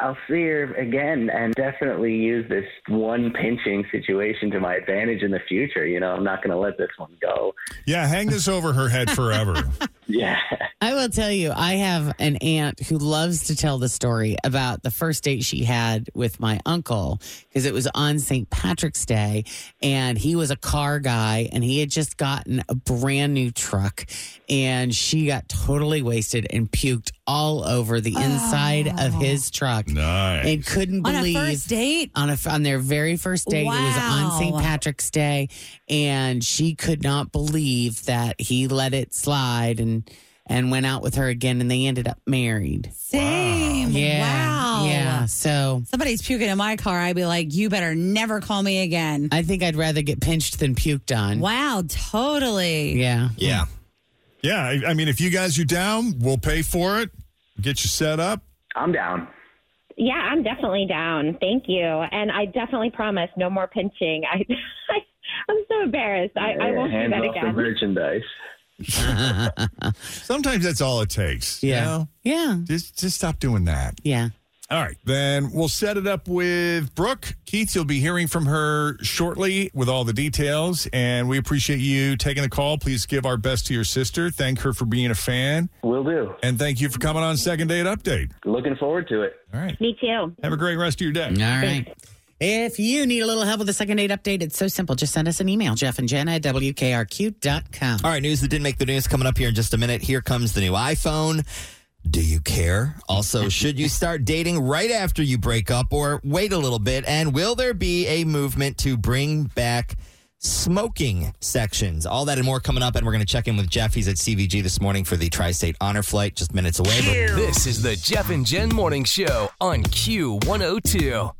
S12: I'll see her again and definitely use this one pinching situation to my advantage in the future. You know, I'm not going to let this one go.
S8: Yeah, hang this over her head forever.
S12: yeah.
S4: I will tell you, I have an aunt who loves to tell the story about the first date she had with my uncle because it was on St. Patrick's Day and he was a car guy and he had just gotten a brand new truck and she got totally wasted and puked all over the inside of his truck.
S8: Nice.
S4: And couldn't
S5: Oh. On a
S4: believe
S5: first date?
S4: on a on their very first date. It was on St.
S5: Wow.
S4: Patrick's Day, and she could not believe that he let it slide and and went out with her again, and they ended up married.
S5: Same.
S4: Yeah,
S5: Wow.
S4: yeah. So
S5: Somebody's puking in my car. I'd be like, you better never call me again.
S4: I think I'd rather get pinched than puked on.
S5: Wow. Totally.
S4: Yeah,
S2: Yeah.
S8: Yeah, I, I mean, if you guys are down, we'll pay for it. Get you set up.
S12: I'm down.
S13: Yeah, I'm definitely down. Thank you, and I definitely promise no more pinching. I, I I'm so embarrassed. I, I
S12: Yeah,
S13: won't do
S12: hands
S13: that
S12: off the
S13: again.
S12: merchandise.
S8: Sometimes that's all it takes. you
S4: Yeah.
S8: know?
S4: Yeah.
S8: Just just stop doing that.
S4: Yeah.
S8: All right, then we'll set it up with Brooke. Keith, you'll be hearing from her shortly with all the details, and we appreciate you taking the call. Please give our best to your sister. Thank her for being a fan,
S12: Will do.
S8: and thank you for coming on Second Date Update.
S12: Looking forward to it.
S8: All right,
S13: Me too.
S8: have a great rest of your day.
S4: All right. If you need a little help with the second date update, it's so simple. Just send us an email, Jeff and Jenna at WKRQ.com.
S2: All right, news that didn't make the news coming up here in just a minute. Here comes the new iPhone. Do you care? Also, should you start dating right after you break up or wait a little bit? And will there be a movement to bring back smoking sections? All that and more coming up. And we're going to check in with Jeff. He's at CVG this morning for the Tri State Honor Flight, just minutes away. But
S1: oh This is the Jeff and Jen Morning Show on Q102.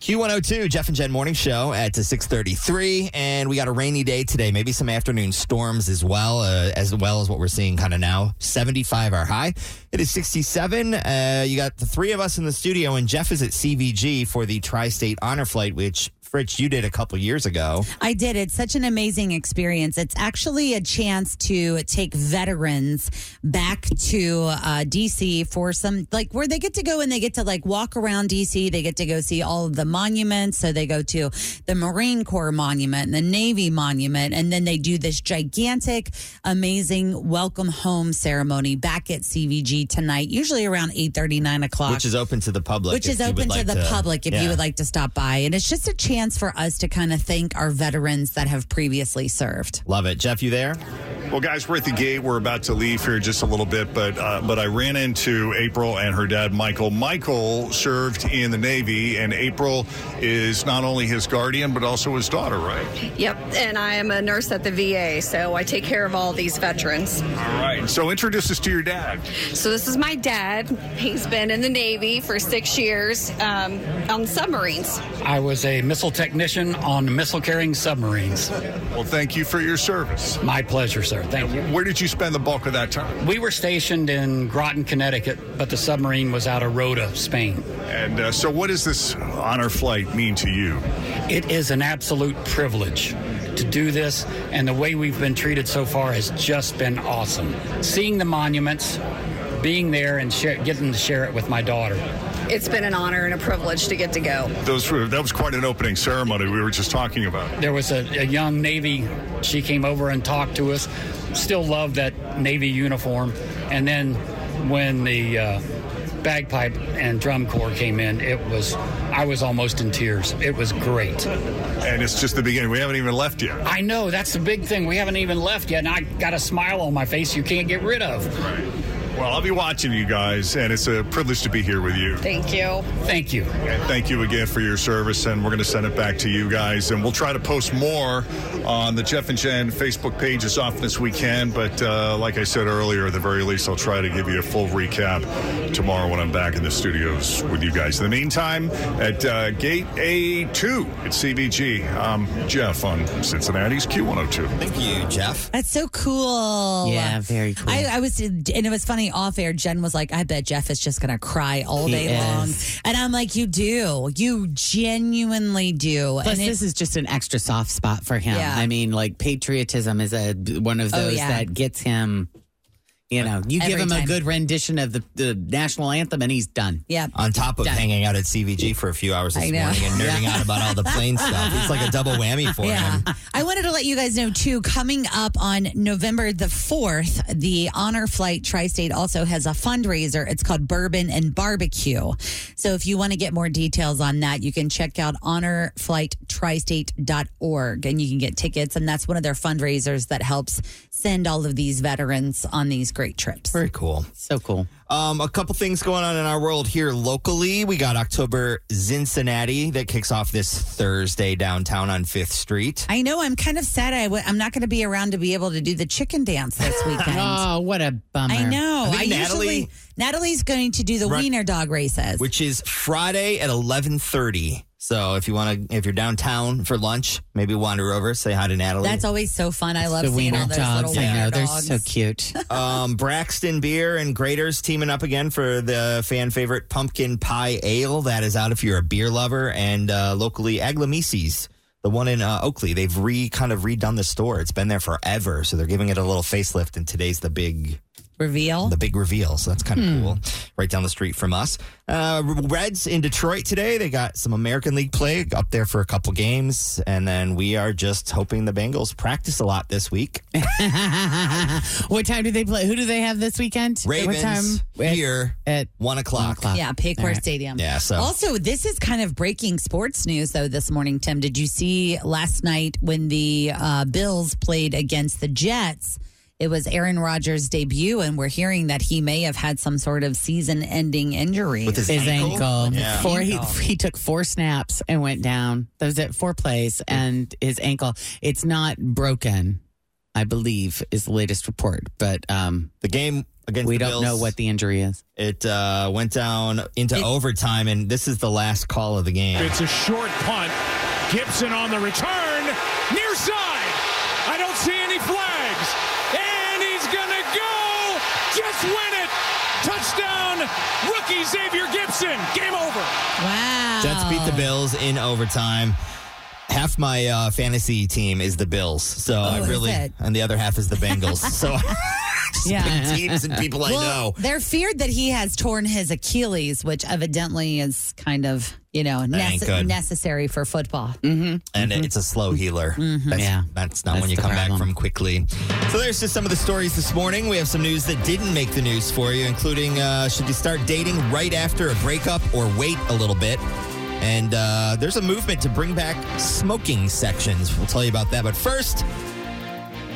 S2: Q102, Jeff and Jen Morning Show at 633. And we got a rainy day today, maybe some afternoon storms as well, uh, as well as what we're seeing kind of now. 75 our high. It is 67. Uh, you got the three of us in the studio, and Jeff is at CVG for the Tri-State Honor Flight, which, Fritz, you did a couple years ago.
S5: I did. It's such an amazing experience. It's actually a chance to take veterans back to uh, DC for some, like, where they get to go and they get to, like, walk around DC. They get to go see all of the monuments. So they go to the Marine Corps Monument and the Navy Monument. And then they do this gigantic, amazing welcome home ceremony back at CVG tonight, usually around 8 9 o'clock.
S2: Which is open to the public.
S5: Uh, Which
S2: if
S5: is
S2: you would
S5: open
S2: like
S5: to the public if you
S2: Yeah.
S5: would like to stop by. And it's just a chance for us to kind of thank our veterans that have previously served.
S2: Love it. Jeff, you there?
S8: Well, guys, we're at the gate. We're about to leave here just a little bit, but uh, but I ran into April and her dad, Michael. Michael served in the Navy, and April is not only his guardian but also his daughter, right?
S14: Yep, and I am a nurse at the VA, so I take care of all these veterans.
S8: All right. So introduce us to your dad.
S14: So this is my dad. He's been in the Navy for six years um, on submarines.
S15: I was a missile technician on missile carrying submarines. Well,
S8: thank you for your service.
S15: My pleasure, sir. Thank you.
S8: Where did you spend the bulk of that time?
S15: We were stationed in Groton, Connecticut, but the submarine was out of Rota, Spain.
S8: And uh, so, what does this honor flight mean to you?
S15: It is an absolute privilege to do this, and the way we've been treated so far has just been awesome. Seeing the monuments, being there, and share, getting to share it with my daughter.
S14: It's been an honor and a privilege to get to go.
S8: Those were, that was quite an opening ceremony we were just talking about.
S15: There was a, a young Navy. She came over and talked to us. Still love that Navy uniform. And then when the uh, bagpipe and drum corps came in, it was I was almost in tears. It was great.
S8: And it's just the beginning. We haven't even left yet.
S15: I know that's the big thing. We haven't even left yet, and I got a smile on my face you can't get rid of.
S8: Well, I'll be watching you guys, and it's a privilege to be here with you.
S14: Thank you.
S15: Thank you.
S8: And thank you again for your service, and we're going to send it back to you guys. And we'll try to post more on the Jeff and Jen Facebook page as often as we can. But uh, like I said earlier, at the very least, I'll try to give you a full recap tomorrow when I'm back in the studios with you guys. In the meantime, at uh, Gate A2 at CBG, um, Jeff on Cincinnati's Q102.
S2: Thank you, Jeff.
S5: That's so cool.
S8: Yeah, very cool.
S5: I, I was, and it was funny off air. Jen was like, I bet Jeff is just going to cry all
S4: He
S5: day long.
S4: is.
S5: And I'm like, you do. You genuinely do.
S4: Plus,
S5: and it-
S4: this is just an extra soft spot for him.
S5: Yeah.
S4: I mean, like patriotism is a one of
S5: Oh,
S4: those
S5: yeah.
S4: that gets him. You know, you give
S5: Every
S4: him
S5: time.
S4: a good rendition of the, the national anthem, and he's done.
S5: Yeah.
S2: On top of
S4: Done.
S2: hanging out at CVG for a few hours this
S4: I
S2: morning
S4: know.
S2: and nerding out about all the plane stuff, it's like a double whammy for him.
S5: Yeah. I wanted to let you guys know too, coming up on November the 4th, the Honor Flight Tri State also has a fundraiser. It's called Bourbon and Barbecue. So if you want to get more details on that, you can check out honorflighttristate.org and you can get tickets. And that's one of their fundraisers that helps send all of these veterans on these great trips.
S2: Very cool.
S4: So cool.
S2: Um, a couple things going on in our world here locally. We got October Cincinnati that kicks off this Thursday downtown on Fifth Street.
S5: I know. I'm kind of sad. I w- I'm not going to be around to be able to do the chicken dance this weekend.
S4: Oh, what a bummer!
S5: I know.
S2: I
S5: I,
S2: think Natalie-
S5: usually Natalie's going to do the
S2: Right.
S5: wiener dog races.
S2: Which is Friday at eleven thirty. So if you want to, if you're downtown for lunch, maybe wander over, say hi to Natalie.
S5: That's always so fun. I love
S4: the
S5: seeing
S4: wiener
S5: all those
S4: dogs. I
S5: little wiener
S4: know they're
S5: dogs.
S4: so cute.
S2: um, Braxton Beer and Graders teaming up again for the fan favorite pumpkin pie ale. That is out if you're a beer lover. And uh, locally, Aglamisi's, the one in uh, Oakley, they've re kind of redone the store. It's been there forever, so they're giving it a little facelift. And today's the big
S5: reveal.
S2: the big reveal. So that's kind of cool. Right down the street from us. Uh, Reds in Detroit today. They got some American League play up there for a couple games. And then we are just hoping the Bengals practice a lot this week.
S4: what time do they play? Who do they have this weekend?
S2: Ravens
S4: what time?
S2: here at one o'clock.
S5: Yeah, Paycor Stadium.
S2: Yeah, so
S5: Also, this is kind of breaking sports news though this morning, Tim. Did you see last night when the uh, Bills played against the Jets? It was Aaron Rodgers' debut, and we're hearing that he may have had some sort of season-ending injury
S4: his, ankle.
S5: Yeah.
S4: Four, he,
S5: Ankle.
S4: he took four snaps and went down. That was at four plays, and his ankle. It's not broken. I believe, is the latest report. But um,
S2: the game against
S4: we
S2: the
S4: don't know
S2: Bills-
S4: what the injury is.
S2: It uh, went down into
S4: It-
S2: overtime, and this is the last call of the game.
S16: It's a short punt. Gibson on the return. Near side. I don't see any flags. And he's going to go. Just win it. Touchdown, rookie Xavier Gibson. Game over.
S5: Wow.
S2: Jets beat
S4: Ah.
S2: the Bills in overtime. Half my uh, fantasy team is the Bills,
S4: Oh,
S2: so I
S5: is
S2: really,
S5: it?
S2: and the other half is the Bengals. so
S5: yeah.
S2: teams and people I know.
S5: They're feared that he has torn his Achilles, which evidently is kind of, you know,
S2: That ain't
S5: nece-
S2: good. Mm.
S5: necessary for football.
S2: and it's a slow healer. That's,
S4: mm-hmm. Yeah.
S2: that's not
S4: That's
S2: when you
S4: the
S2: come back
S4: problem.
S2: from quickly. So there's just some of the stories this morning. We have some news that didn't make the news for you, including uh, should you start dating right after a breakup or wait a little bit? And uh, there's a movement to bring back smoking sections. We'll tell you about that. But first,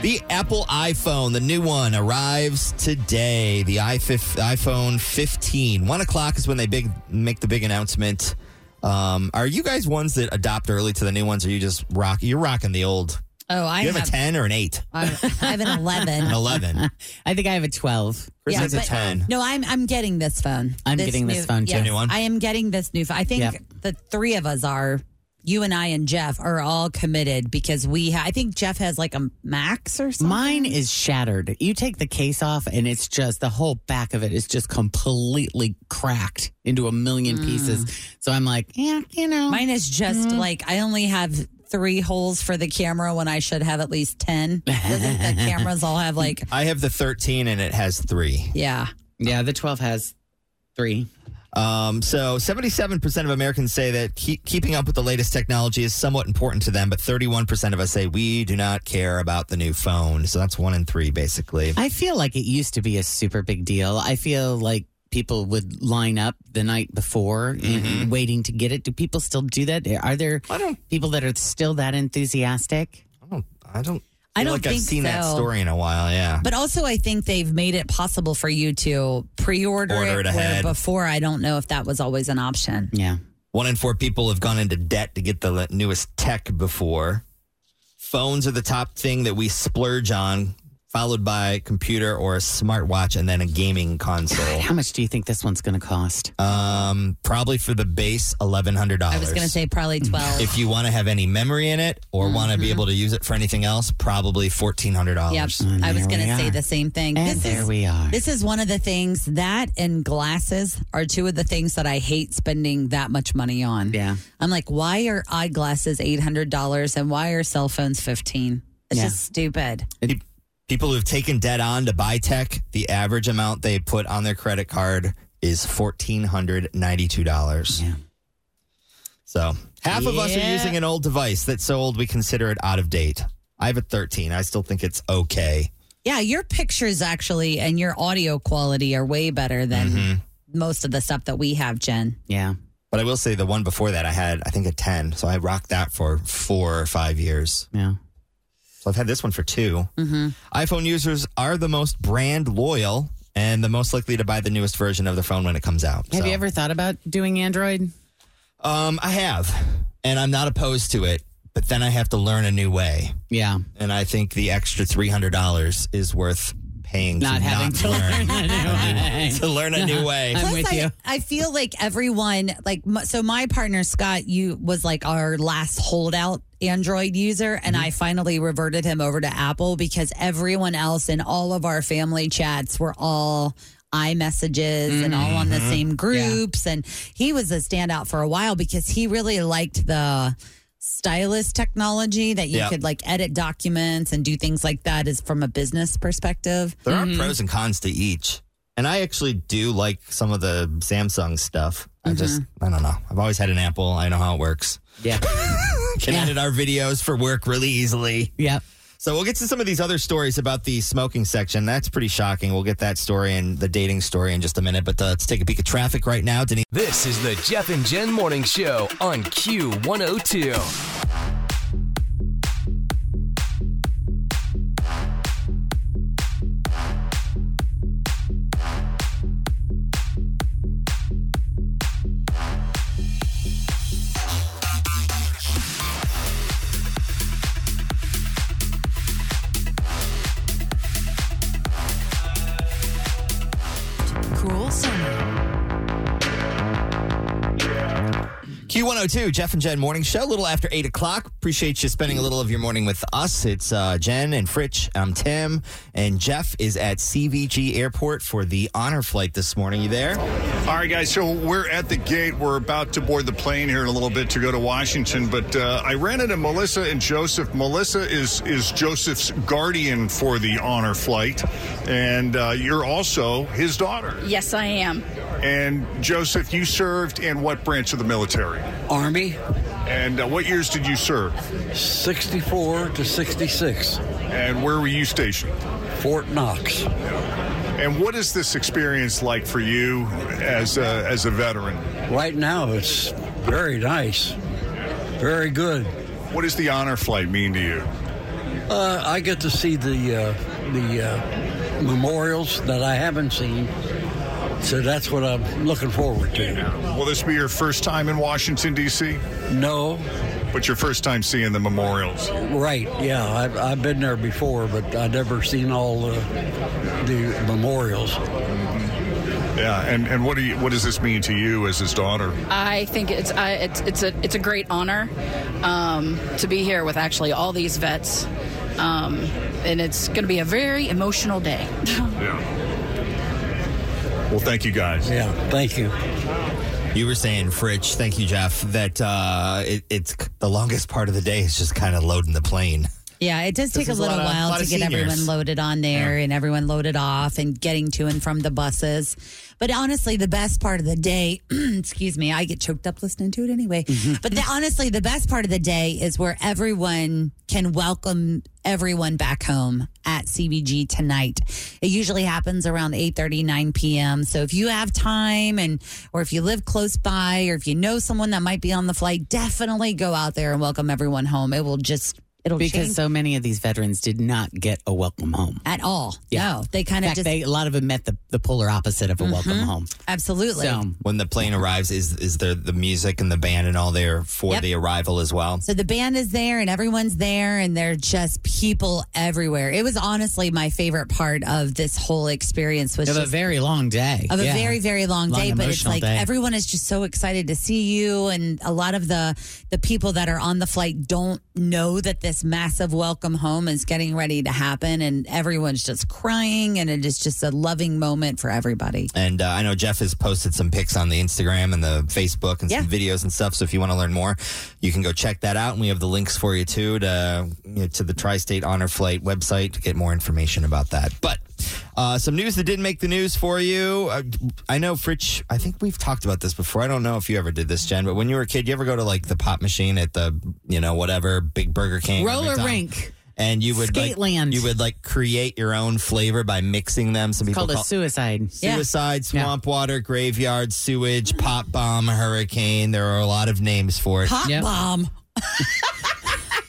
S2: the Apple iPhone, the new one, arrives today. The iFif- iPhone 15. One o'clock is when they big make the big announcement. Um, are you guys ones that adopt early to the new ones? Or you just rock? You're rocking the old.
S5: Oh, I
S2: you have,
S5: have-
S2: a ten or an eight?
S5: I I have an 11.
S2: An eleven.
S4: I think I have a 12.
S2: Chris has a
S5: but-
S2: 10.
S5: No, I'm I'm getting this phone.
S4: I'm getting this phone, too.
S5: yes,
S4: New one?
S5: I am getting this new phone. I think
S4: Yep.
S5: the three of us are. You and I and Jeff are all committed because we. Ha- I think Jeff has like a Max or something.
S4: Mine is shattered. You take the case off, and it's just the whole back of it is just completely cracked into a million
S2: Mm.
S4: pieces. So I'm like, yeah, you know.
S5: Mine is just
S2: Mm-hmm.
S5: like I only have three holes for the camera when I should have at least ten. Doesn't the cameras all have like
S2: I have the thirteen, and it has three.
S5: yeah?
S4: yeah, the 12 has three.
S2: Um, so 77% of Americans say that keep, keeping up with the latest technology is somewhat important to them, but 31% of us say we do not care about the new phone. So that's one in three, basically.
S4: I feel like it used to be a super big deal. I feel like people would line up the night before
S5: Mm-hmm.
S4: and waiting to get it. Do people still do that? Are there people that are still that enthusiastic?
S2: I don't. I don't.
S5: I
S2: feel
S5: don't
S2: like I've
S5: think
S2: seen that
S5: so.
S2: story in a while. Yeah.
S5: But also, I think they've made it possible for you to pre-order
S2: Order
S5: where
S2: it ahead.
S5: before I don't know if that was always an option.
S4: Yeah.
S2: One in four people have gone into debt to get the le- newest tech before. Phones are the top thing that we splurge on, followed by computer or a smartwatch, and then a gaming console.
S4: How much do you think this one's going to cost?
S5: Uh,
S2: Um, probably for the base, eleven hundred dollars.
S5: I was going to say
S4: Mm-hmm.
S5: probably twelve.
S2: If you want to have any memory in it or want to be able to use it for anything else, probably fourteen hundred
S5: Mm-hmm. Yep,
S2: dollars.
S5: I was
S4: there
S5: going to
S4: we
S5: say
S4: are.
S5: the same thing.
S4: And
S5: this
S4: there
S5: is
S4: we are.
S5: this is one of the things that and glasses are two of the things that I hate spending that much money on.
S4: Yeah.
S5: I'm like, why are eyeglasses eight hundred dollars and why are cell phones fifteen? It's
S4: Yeah.
S5: just stupid.
S2: People who've taken debt on to buy tech, the average amount they put on their credit card is fourteen hundred ninety-two dollars.
S4: Yeah.
S2: So half of us are
S4: Yeah.
S2: using an old device that's so old we consider it out of date. I have a thirteen. I still think it's okay.
S5: Yeah, your pictures actually and your audio quality are way better than
S4: Mm-hmm.
S5: most of the stuff that we have, Jen.
S4: Yeah.
S2: But I will say the one before that I had, I think, a ten. So I rocked that for four or five years.
S4: Yeah.
S2: So I've had this one for two.
S5: Mm-hmm.
S2: iPhone users are the most brand loyal and the most likely to buy the newest version of the phone when it comes out.
S4: Have
S2: So,
S4: you ever thought about doing Android?
S2: Um, I have, and I'm not opposed to it, but then I have to learn a new way,
S4: Yeah.
S2: and I think the extra three hundred dollars is worth paying
S4: Not
S2: to
S4: having
S2: not
S4: to learn a new way. Uh-huh.
S2: to learn a new way.
S4: I'm with
S5: I,
S4: you.
S5: I feel like everyone, like, m- so my partner Scott, you was like our last holdout Android user, and
S4: Mm-hmm.
S5: I finally reverted him over to Apple because everyone else in all of our family chats were all iMessages and all on the
S4: Mm-hmm.
S5: same groups, and he was a standout for a while because he really liked the stylus technology that you
S2: Yeah.
S5: could like edit documents and do things like that is from a business perspective.
S2: There
S4: Mm-hmm.
S2: are pros and cons to each. And I actually do like some of the Samsung stuff. I just, I don't know. I've always had an Apple. I know how it works.
S4: Mm-hmm. Yeah.
S2: Can edit our videos for work really easily.
S4: yep.
S2: So we'll get to some of these other stories about the smoking section. That's pretty shocking. We'll get that story and the dating story in just a minute. But uh, let's take a peek at traffic right now. Denise.
S1: This is the Jeff and Jen Morning Show on Q102.
S2: Q102, Jeff and Jen Morning Show, a little after 8 o'clock. Appreciate you spending a little of your morning with us. It's uh, Jen and Fritch. I'm Tim. And Jeff is at CVG Airport for the honor flight this morning. You there?
S8: All right, guys. So we're at the gate. We're about to board the plane here in a little bit to go to Washington. But uh, I ran into Melissa and Joseph. Melissa is is Joseph's guardian for the honor flight, and uh, you're also his daughter.
S17: Yes, I am.
S8: And Joseph, you served in what branch of the military? Army. And uh, what years did you serve? 64 to 66. And where were you stationed? Fort Knox. And what is this experience like for you as a, as a veteran? Right now, it's very nice, very good. What does the honor flight mean to you?
S18: Uh, I get to see the uh, the uh, memorials that I haven't seen, so that's what I'm looking forward to.
S8: Will this be your first time in Washington, D.C.? No. But your first time seeing the memorials?
S18: Right? Yeah, I've, I've been there before, but I never seen all the, the memorials.
S8: Yeah, and, and what do you, what does this mean to you as his daughter?
S17: I think it's I, it's it's a it's a great honor um, to be here with actually all these vets, um, and it's going to be a very emotional day.
S8: Well, thank you guys.
S18: Yeah, thank you.
S2: You were saying, Fritch, thank you, Jeff, that uh, it, it's c- the longest part of the day is just kind of loading the plane.
S5: Yeah, it does
S2: This
S5: take a
S2: is a
S5: little
S2: lot of-
S5: while
S2: lot
S5: to
S2: of
S5: get everyone
S2: seniors.
S5: loaded on there and everyone loaded off and getting to and from the buses. But honestly, the best part of the day, excuse me, I get choked up listening to it anyway.
S2: Mm-hmm.
S5: But the, honestly, the best part of the day is where everyone can welcome everyone back home at CBG tonight. It usually happens around 8:30, 9 p.m. So if you have time and or if you live close by or if you know someone that might be on the flight, definitely go out there and welcome everyone home. It will just it'll
S4: because
S5: change
S4: so many of these veterans did not get a welcome home.
S5: at all.
S4: Yeah.
S5: No, they kind
S4: In
S5: of
S4: fact,
S5: just
S4: they, a lot of them met the, the polar opposite of a welcome
S5: Mhm.
S4: home.
S5: absolutely.
S4: So-
S2: When the plane arrives, is is there the music and the band and all there for
S5: Yep.
S2: the arrival as well?
S5: So the band is there and everyone's there and they're just people everywhere. It was honestly my favorite part of this whole experience was
S4: Of a
S5: just
S4: very long day.
S5: of
S4: Yeah.
S5: a very very long,
S4: Long
S5: day but it's
S4: emotional
S5: like
S4: day.
S5: everyone is just so excited to see you and a lot of the the people that are on the flight don't know that this massive welcome home is getting ready to happen and everyone's just crying and it is just a loving moment for everybody.
S2: And uh, I know Jeff has posted some pics on the Instagram and the Facebook and some videos and stuff. So if you want to learn more, you can go check that out. And we have the links for you too to you know, to the Tri-State Honor Flight website to get more information about that. But uh, some news that didn't make the news for you. Uh, I know Fritch. I think we've talked about this before. I don't know if you ever did this, Jen, but when you were a kid, you ever go to like the pop machine at the you know whatever Big Burger King, or
S4: Roller
S2: McDonald's?
S4: rink.
S2: And you would like,
S4: Skateland.
S2: you would like create your own flavor by mixing them. Some people
S4: called a
S2: call-
S4: suicide.
S2: Suicide, swamp water, graveyard, sewage, pop bomb, hurricane. There are a lot of names for it.
S5: Pop bomb.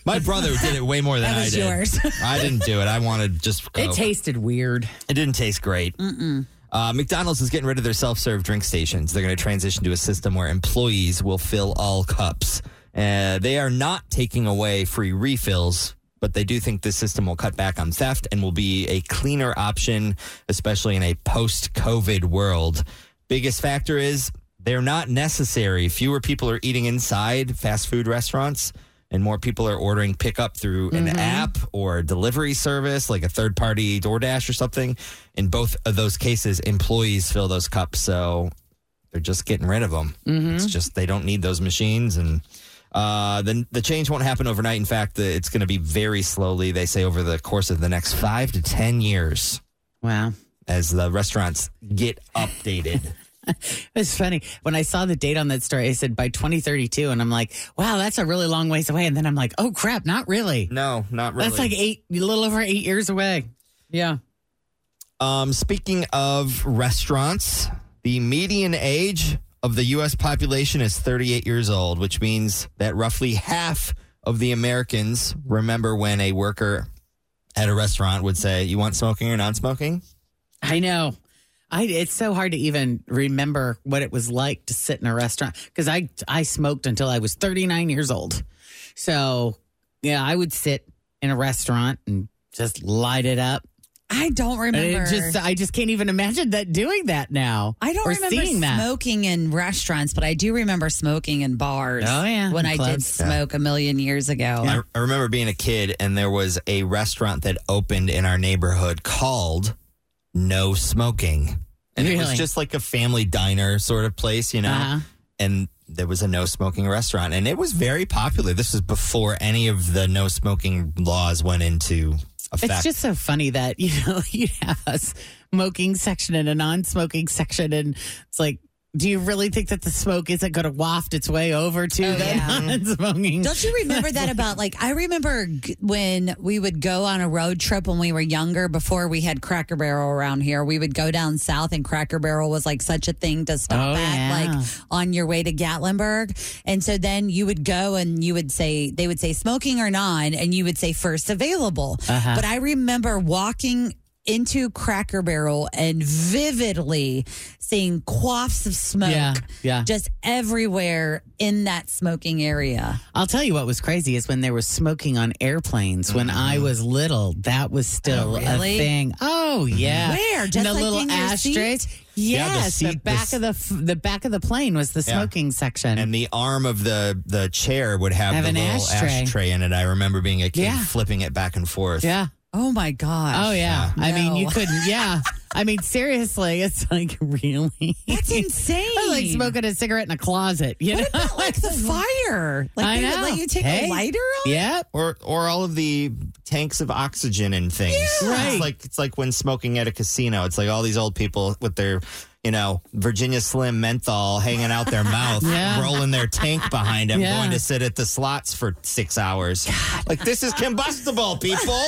S2: My brother did it way more than
S5: That was
S2: I did.
S5: yours.
S2: I didn't do it. I wanted
S5: Oh,
S2: just.
S4: It tasted weird.
S2: It didn't taste great.
S5: Mm-mm.
S2: Uh, McDonald's is getting rid of their self serve drink stations. They're going to transition to a system where employees will fill all cups. Uh, they are not taking away free refills, but they do think this system will cut back on theft and will be a cleaner option, especially in a post COVID world. Biggest factor is they're not necessary. Fewer people are eating inside fast food restaurants. And more people are ordering pickup through an app or a delivery service, like a third party DoorDash or something. In both of those cases, employees fill those cups. So they're just getting rid of them. It's just they don't need those machines. And uh, then the change won't happen overnight. In fact, the, it's going to be very slowly, they say, over the course of the next five to 10 years.
S4: Wow.
S2: As the restaurants get updated.
S4: It was funny when I saw the date on that story. I said by 2032, and I'm like, "Wow, that's a really long ways away." And then I'm like, "Oh crap, not really.
S2: no, not really.
S4: That's like eight, a little over eight years away." Yeah.
S2: Um, speaking of restaurants, the median age of the U.S. population is 38 years old, which means that roughly half of the Americans remember when a worker at a restaurant would say, You want smoking or non smoking?
S4: I know. I, it's so hard to even remember what it was like to sit in a restaurant because I I smoked until I was 39 years old. So yeah, I would sit in a restaurant and just light it up.
S5: I don't remember.
S4: It just I just can't even imagine that doing that now.
S5: I don't
S4: or
S5: remember
S4: seeing that.
S5: smoking in restaurants, but I do remember smoking in bars.
S2: Oh, yeah,
S5: when I
S2: in
S5: did
S2: clubs. Yeah.
S5: smoke a million years ago.
S2: I, I remember being a kid, and there was a restaurant that opened in our neighborhood called No Smoking. And it was
S5: Really?
S2: just like a family diner sort of place, you know?
S4: Uh-huh.
S2: And there was a no smoking restaurant, and it was very popular. This was before any of the no smoking laws went into effect.
S4: It's just so funny that you know you have a smoking section and a non-smoking section, and it's like, do you really think that the smoke isn't going to waft its way over to
S5: Oh,
S4: the non-smoking?
S5: Don't you remember that about like I remember g- when we would go on a road trip when we were younger before we had Cracker Barrel around here. We would go down south and Cracker Barrel was like such a thing to stop
S4: Oh,
S5: at
S4: yeah.
S5: like on your way to Gatlinburg. And so then you would go and you would say they would say smoking or non and you would say first available.
S4: Uh-huh.
S5: But I remember walking into Cracker Barrel and vividly seeing quaffs of smoke
S4: Yeah, yeah.
S5: just everywhere in that smoking area.
S4: I'll tell you what was crazy is when there was smoking on airplanes. When I was little, that was still
S5: Mm. really? Mm-hmm.
S4: a thing. Oh yeah,
S5: Where? Just
S4: and the
S5: like
S4: little
S5: in your seat?
S4: ashtrays.
S2: Yeah, the
S4: Yes, the,
S2: seat- the
S4: back
S2: s-
S4: of the f- the back of the plane was the
S2: Yeah.
S4: smoking section.
S2: and the arm of the, the chair would have,
S4: Have
S2: the
S4: an
S2: little
S4: ashtray.
S2: ashtray. in it. I remember being a kid
S4: Yeah.
S2: flipping it back and forth.
S4: yeah.
S5: Oh my gosh.
S4: Oh yeah. I mean, you
S5: No.
S4: couldn't. Yeah. I mean, seriously, it's like really.
S5: That's insane.
S4: I like smoking a cigarette in a closet. You know?
S5: like the fire. Like
S4: I
S5: they would
S4: know.
S5: let you take
S4: Hey.
S5: a lighter on?
S4: Yep.
S2: or or all of the tanks of oxygen and things.
S4: Right.
S2: It's like it's like when smoking at a casino. It's like all these old people with their you know Virginia Slim menthol hanging out their mouth,
S4: Yeah.
S2: rolling their tank behind them,
S4: Yeah.
S2: going to sit at the slots for six hours. Like this is combustible, people.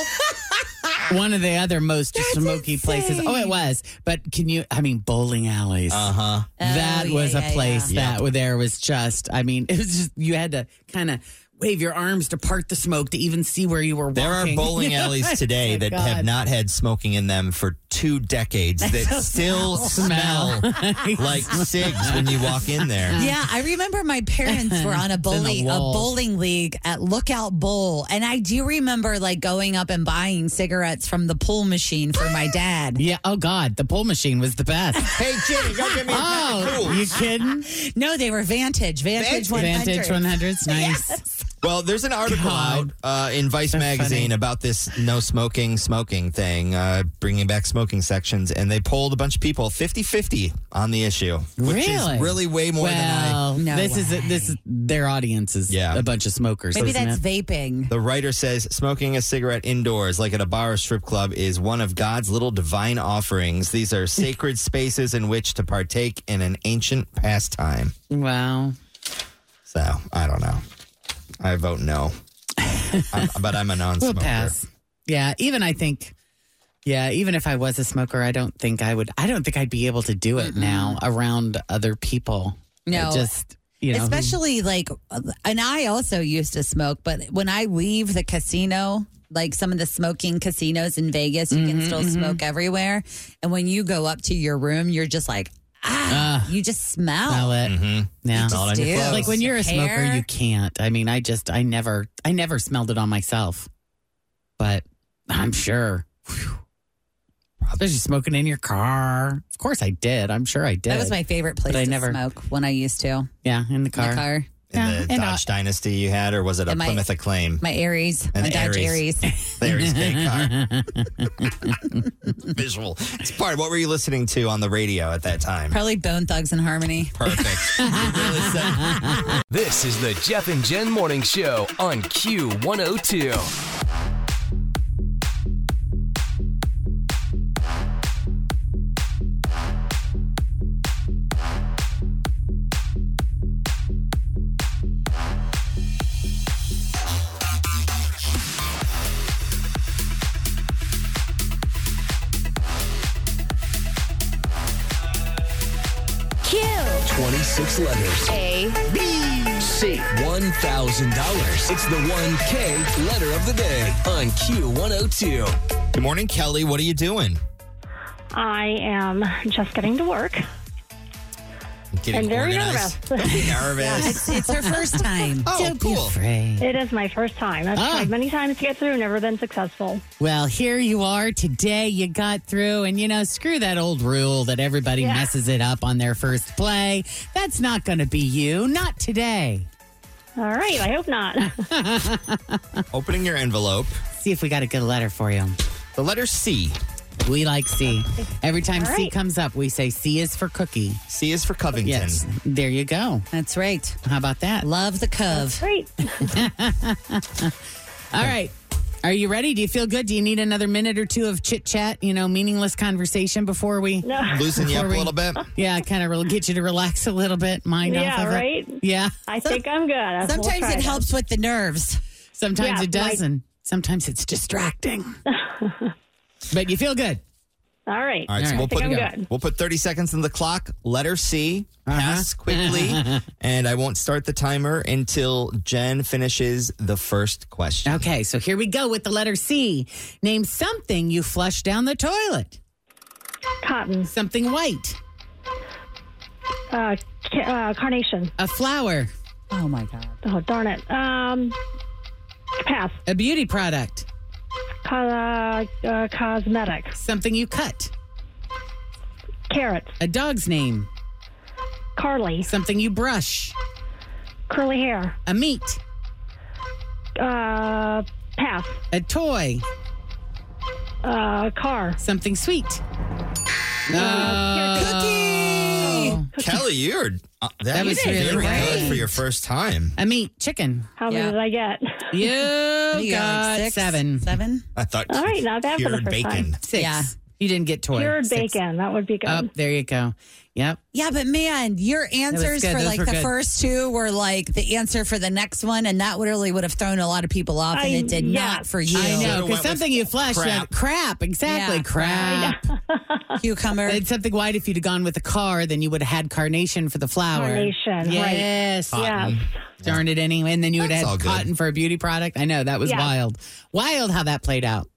S4: One of the other most smoky places. Oh, it was. But can you? I mean, bowling alleys.
S2: Uh huh.
S4: that
S5: Oh, yeah,
S4: was
S5: yeah,
S4: a place
S2: yeah.
S4: that where there was just. I mean, it was just you had to kind of wave your arms to part the smoke to even see where you were.
S2: There are
S4: walking.
S2: bowling
S4: You know?
S2: alleys
S4: It's
S2: today
S4: like,
S2: that
S4: God.
S2: have not had smoking in them for two decades that still smell like cigs when you walk in there.
S5: Yeah, I remember my parents were on a bowling a
S4: walls.
S5: bowling league at Lookout Bowl, and I do remember like going up and buying cigarettes from the pool machine for my dad.
S4: Yeah. Oh God, the pool machine was the best.
S2: Hey, Jenny, go get me a pack of
S4: oh,
S2: Cools.
S4: you kidding?
S5: No, they were Vantage, Vantage, 100.
S4: Vantage 100s, nice.
S2: Well, there's an article
S4: God.
S2: out uh, in Vice magazine
S4: funny.
S2: about this no smoking, smoking thing, uh, bringing back smoking sections, and they polled a bunch of people 50 50 on the issue, which
S4: Really?
S2: is really way more than I.
S4: well,
S5: No
S4: this is this is their audience is
S2: Yeah.
S4: a bunch of smokers.
S5: Maybe
S4: isn't
S5: that's
S4: it?
S5: vaping.
S2: The writer says smoking a cigarette indoors, like at a bar or strip club, is one of God's little divine offerings. These are sacred spaces in which to partake in an ancient pastime.
S4: wow.
S2: So, I don't know. I vote no. I'm- but I'm a non
S4: We'll
S2: smoker.
S4: pass. Yeah, even I think. Yeah, even if I was a smoker, I don't think I would. I don't think I'd be able to do it now around other people.
S5: No.
S4: It just you know,
S5: Especially like, and I also used to smoke, but when I leave the casino, like some of the smoking casinos in Vegas, you
S4: Mm-hmm,
S5: can still smoke everywhere. And when you go up to your room, you're just like, ah, you just smell.
S4: smell it.
S2: Mm-hmm.
S4: Yeah,
S2: Smell it on your
S5: do.
S2: clothes.
S4: like when you're a smoker,
S5: Hair.
S4: you can't. I mean, I just, I never, I never smelled it on myself, but I'm sure. Whew. Especially smoking in your car. Of course, I did. I'm sure I did.
S5: That was my favorite place
S4: But I
S5: to
S4: never-
S5: smoke when I used to.
S4: yeah in the
S5: My
S4: car.
S5: car,
S2: in
S4: Yeah,
S2: the
S4: and
S2: Dodge Dynasty you had, or was it a
S5: Am I-
S2: Plymouth Acclaim?
S5: my Aries,
S2: And
S5: my Dodge
S2: Aries.
S5: Aries.
S2: There is a car. Visual. It's part of what were you listening to on the radio at that time?
S5: Probably Bone Thugs and Harmony.
S2: Perfect. You really said-
S1: This is the Jeff and Jen Morning Show on Q102.
S14: Q
S1: 26 letters.
S14: A B C.
S1: $1,000. It's the 1K letter of the day on Q102.
S2: Good morning, Kelly. What are you doing?
S19: I am just getting to work.
S2: getting
S19: I'm very
S2: organized.
S19: nervous.
S2: Don't be nervous.
S5: It's, it's her first time.
S2: Oh,
S5: Don't
S2: cool.
S19: It is my first time.
S5: Ah.
S19: I've tried many times to get through, never been successful.
S4: Well, here you are today. You got through, and you know, screw that old rule that everybody
S19: Yeah.
S4: messes it up on their first play. That's not going to be you. Not today.
S19: All right, I hope not.
S2: Opening your envelope.
S4: See if we got a good letter for you.
S2: The letter C.
S4: We like C. Every time
S5: All
S4: C
S5: right.
S4: comes up, we say C is for cookie.
S2: C is for Covington.
S4: Yes. There you go.
S5: That's right.
S4: How about that?
S5: Love the cove.
S19: Great.
S4: All right. Are you ready? Do you feel good? Do you need another minute or two of chit chat, you know, meaningless conversation before we
S2: Loosen you up
S4: before
S2: a
S4: we-
S2: little bit.
S4: Yeah, kind of re- get you to relax a little bit, mind
S19: Yeah,
S4: off of
S19: right?
S4: it. Yeah.
S19: I think I'm good. We'll
S5: Sometimes
S19: try
S5: it helps with the nerves.
S4: Sometimes
S19: Yeah,
S4: it
S19: like-
S4: doesn't. Sometimes it's distracting. but you feel good.
S19: All right.
S2: All right, so
S19: I
S2: we'll
S19: think
S2: put
S19: I'm good.
S2: we'll put 30 seconds on the clock. Letter C, pass quickly, and I won't start the timer until Jen finishes the first question.
S4: Okay, so here we go with the letter C. Name something you flush down the toilet.
S19: Cotton.
S4: Something white.
S19: Uh, ca- uh, carnation.
S4: A flower.
S5: Oh my God.
S19: Oh, darn it. Um, pass.
S4: A beauty product.
S19: Co- uh, uh, cosmetic.
S4: Something you cut.
S19: Carrots.
S4: A dog's name.
S19: Carly.
S4: Something you brush.
S19: Curly hair.
S4: A meat.
S19: Uh, pass.
S4: A toy.
S19: Uh, car.
S4: Something sweet. Uh, Oh.
S2: Cookie! Kelly, you're uh, that,
S4: That
S2: was
S4: was really
S2: very good
S4: great.
S2: for your first time.
S4: A meat. Chicken.
S19: How many
S5: Yeah.
S19: did I get?
S4: You
S5: You got,
S4: got
S5: like six,
S4: Oh, seven.
S5: Seven?
S2: I thought
S19: All right, not bad for the
S2: cured
S19: first
S2: bacon.
S19: time.
S4: Six.
S5: Yeah.
S4: You didn't get toy.
S19: Cured
S4: Six. Uh,
S19: bacon. That would be good.
S4: Up there you go. Yep.
S5: Yeah, but man, your answers
S4: good.
S5: for
S4: Those
S5: like
S4: were
S5: the
S4: good.
S5: first two were like the answer for the next one, and that would really would have thrown a lot of people off, and
S19: I-
S5: it did
S19: yeah.
S5: not for you.
S4: I know
S2: Should've
S4: because
S2: went
S4: something
S2: with
S4: you flush crap.
S2: crap.
S4: crap exactly
S5: Yeah.
S4: crap.
S5: Cucumber.
S4: It's something white. If you'd have gone with a car, then you would have had carnation for the flower.
S19: Carnation, right.
S4: Yes.
S19: yeah.
S4: Darn it anyway. And then you would
S2: That's
S4: have
S2: all
S4: had
S2: good.
S4: cotton for a beauty product. I know that was
S19: Yeah.
S4: wild. Wild how that played out.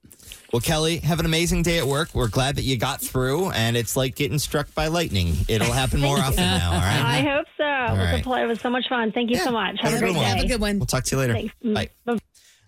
S2: Well, Kelly, have an amazing day at work. We're glad that you got through, and it's like getting struck by lightning. It'll happen more often now. All
S19: I
S2: right.
S19: hope so. It was
S2: right.
S19: a play. It was so much fun. Thank you so much. Have, a great day.
S2: Have
S4: a good one.
S2: We'll talk to you later.
S19: Thanks.
S2: Bye.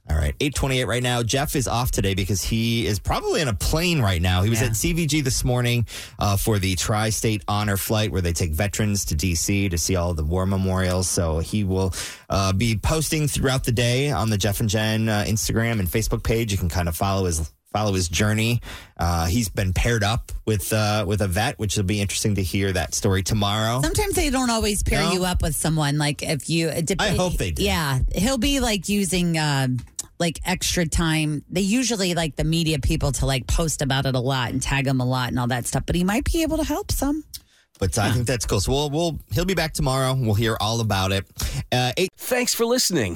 S2: All right, 828 right now. Jeff is off today because he is probably on a plane right now. He was at CVG this morning uh, for the Tri State Honor Flight where they take veterans to DC to see all the war memorials. So he will uh, be posting throughout the day on the Jeff and Jen uh, Instagram and Facebook page. You can kind of follow his. Follow his journey. Uh, he's been paired up with uh, with a vet, which will be interesting to hear that story tomorrow.
S5: Sometimes they don't always pair
S2: No.
S5: you up with someone. Like if you, it dep-
S2: I hope they do.
S5: Yeah, he'll be like using um like extra time. They usually like the media people to like post about it a lot and tag him a lot and all that stuff. But he might be able to help some.
S2: But I think that's cool. So we'll, we'll he'll be back tomorrow. We'll hear all about it. Uh, eight
S1: Thanks for listening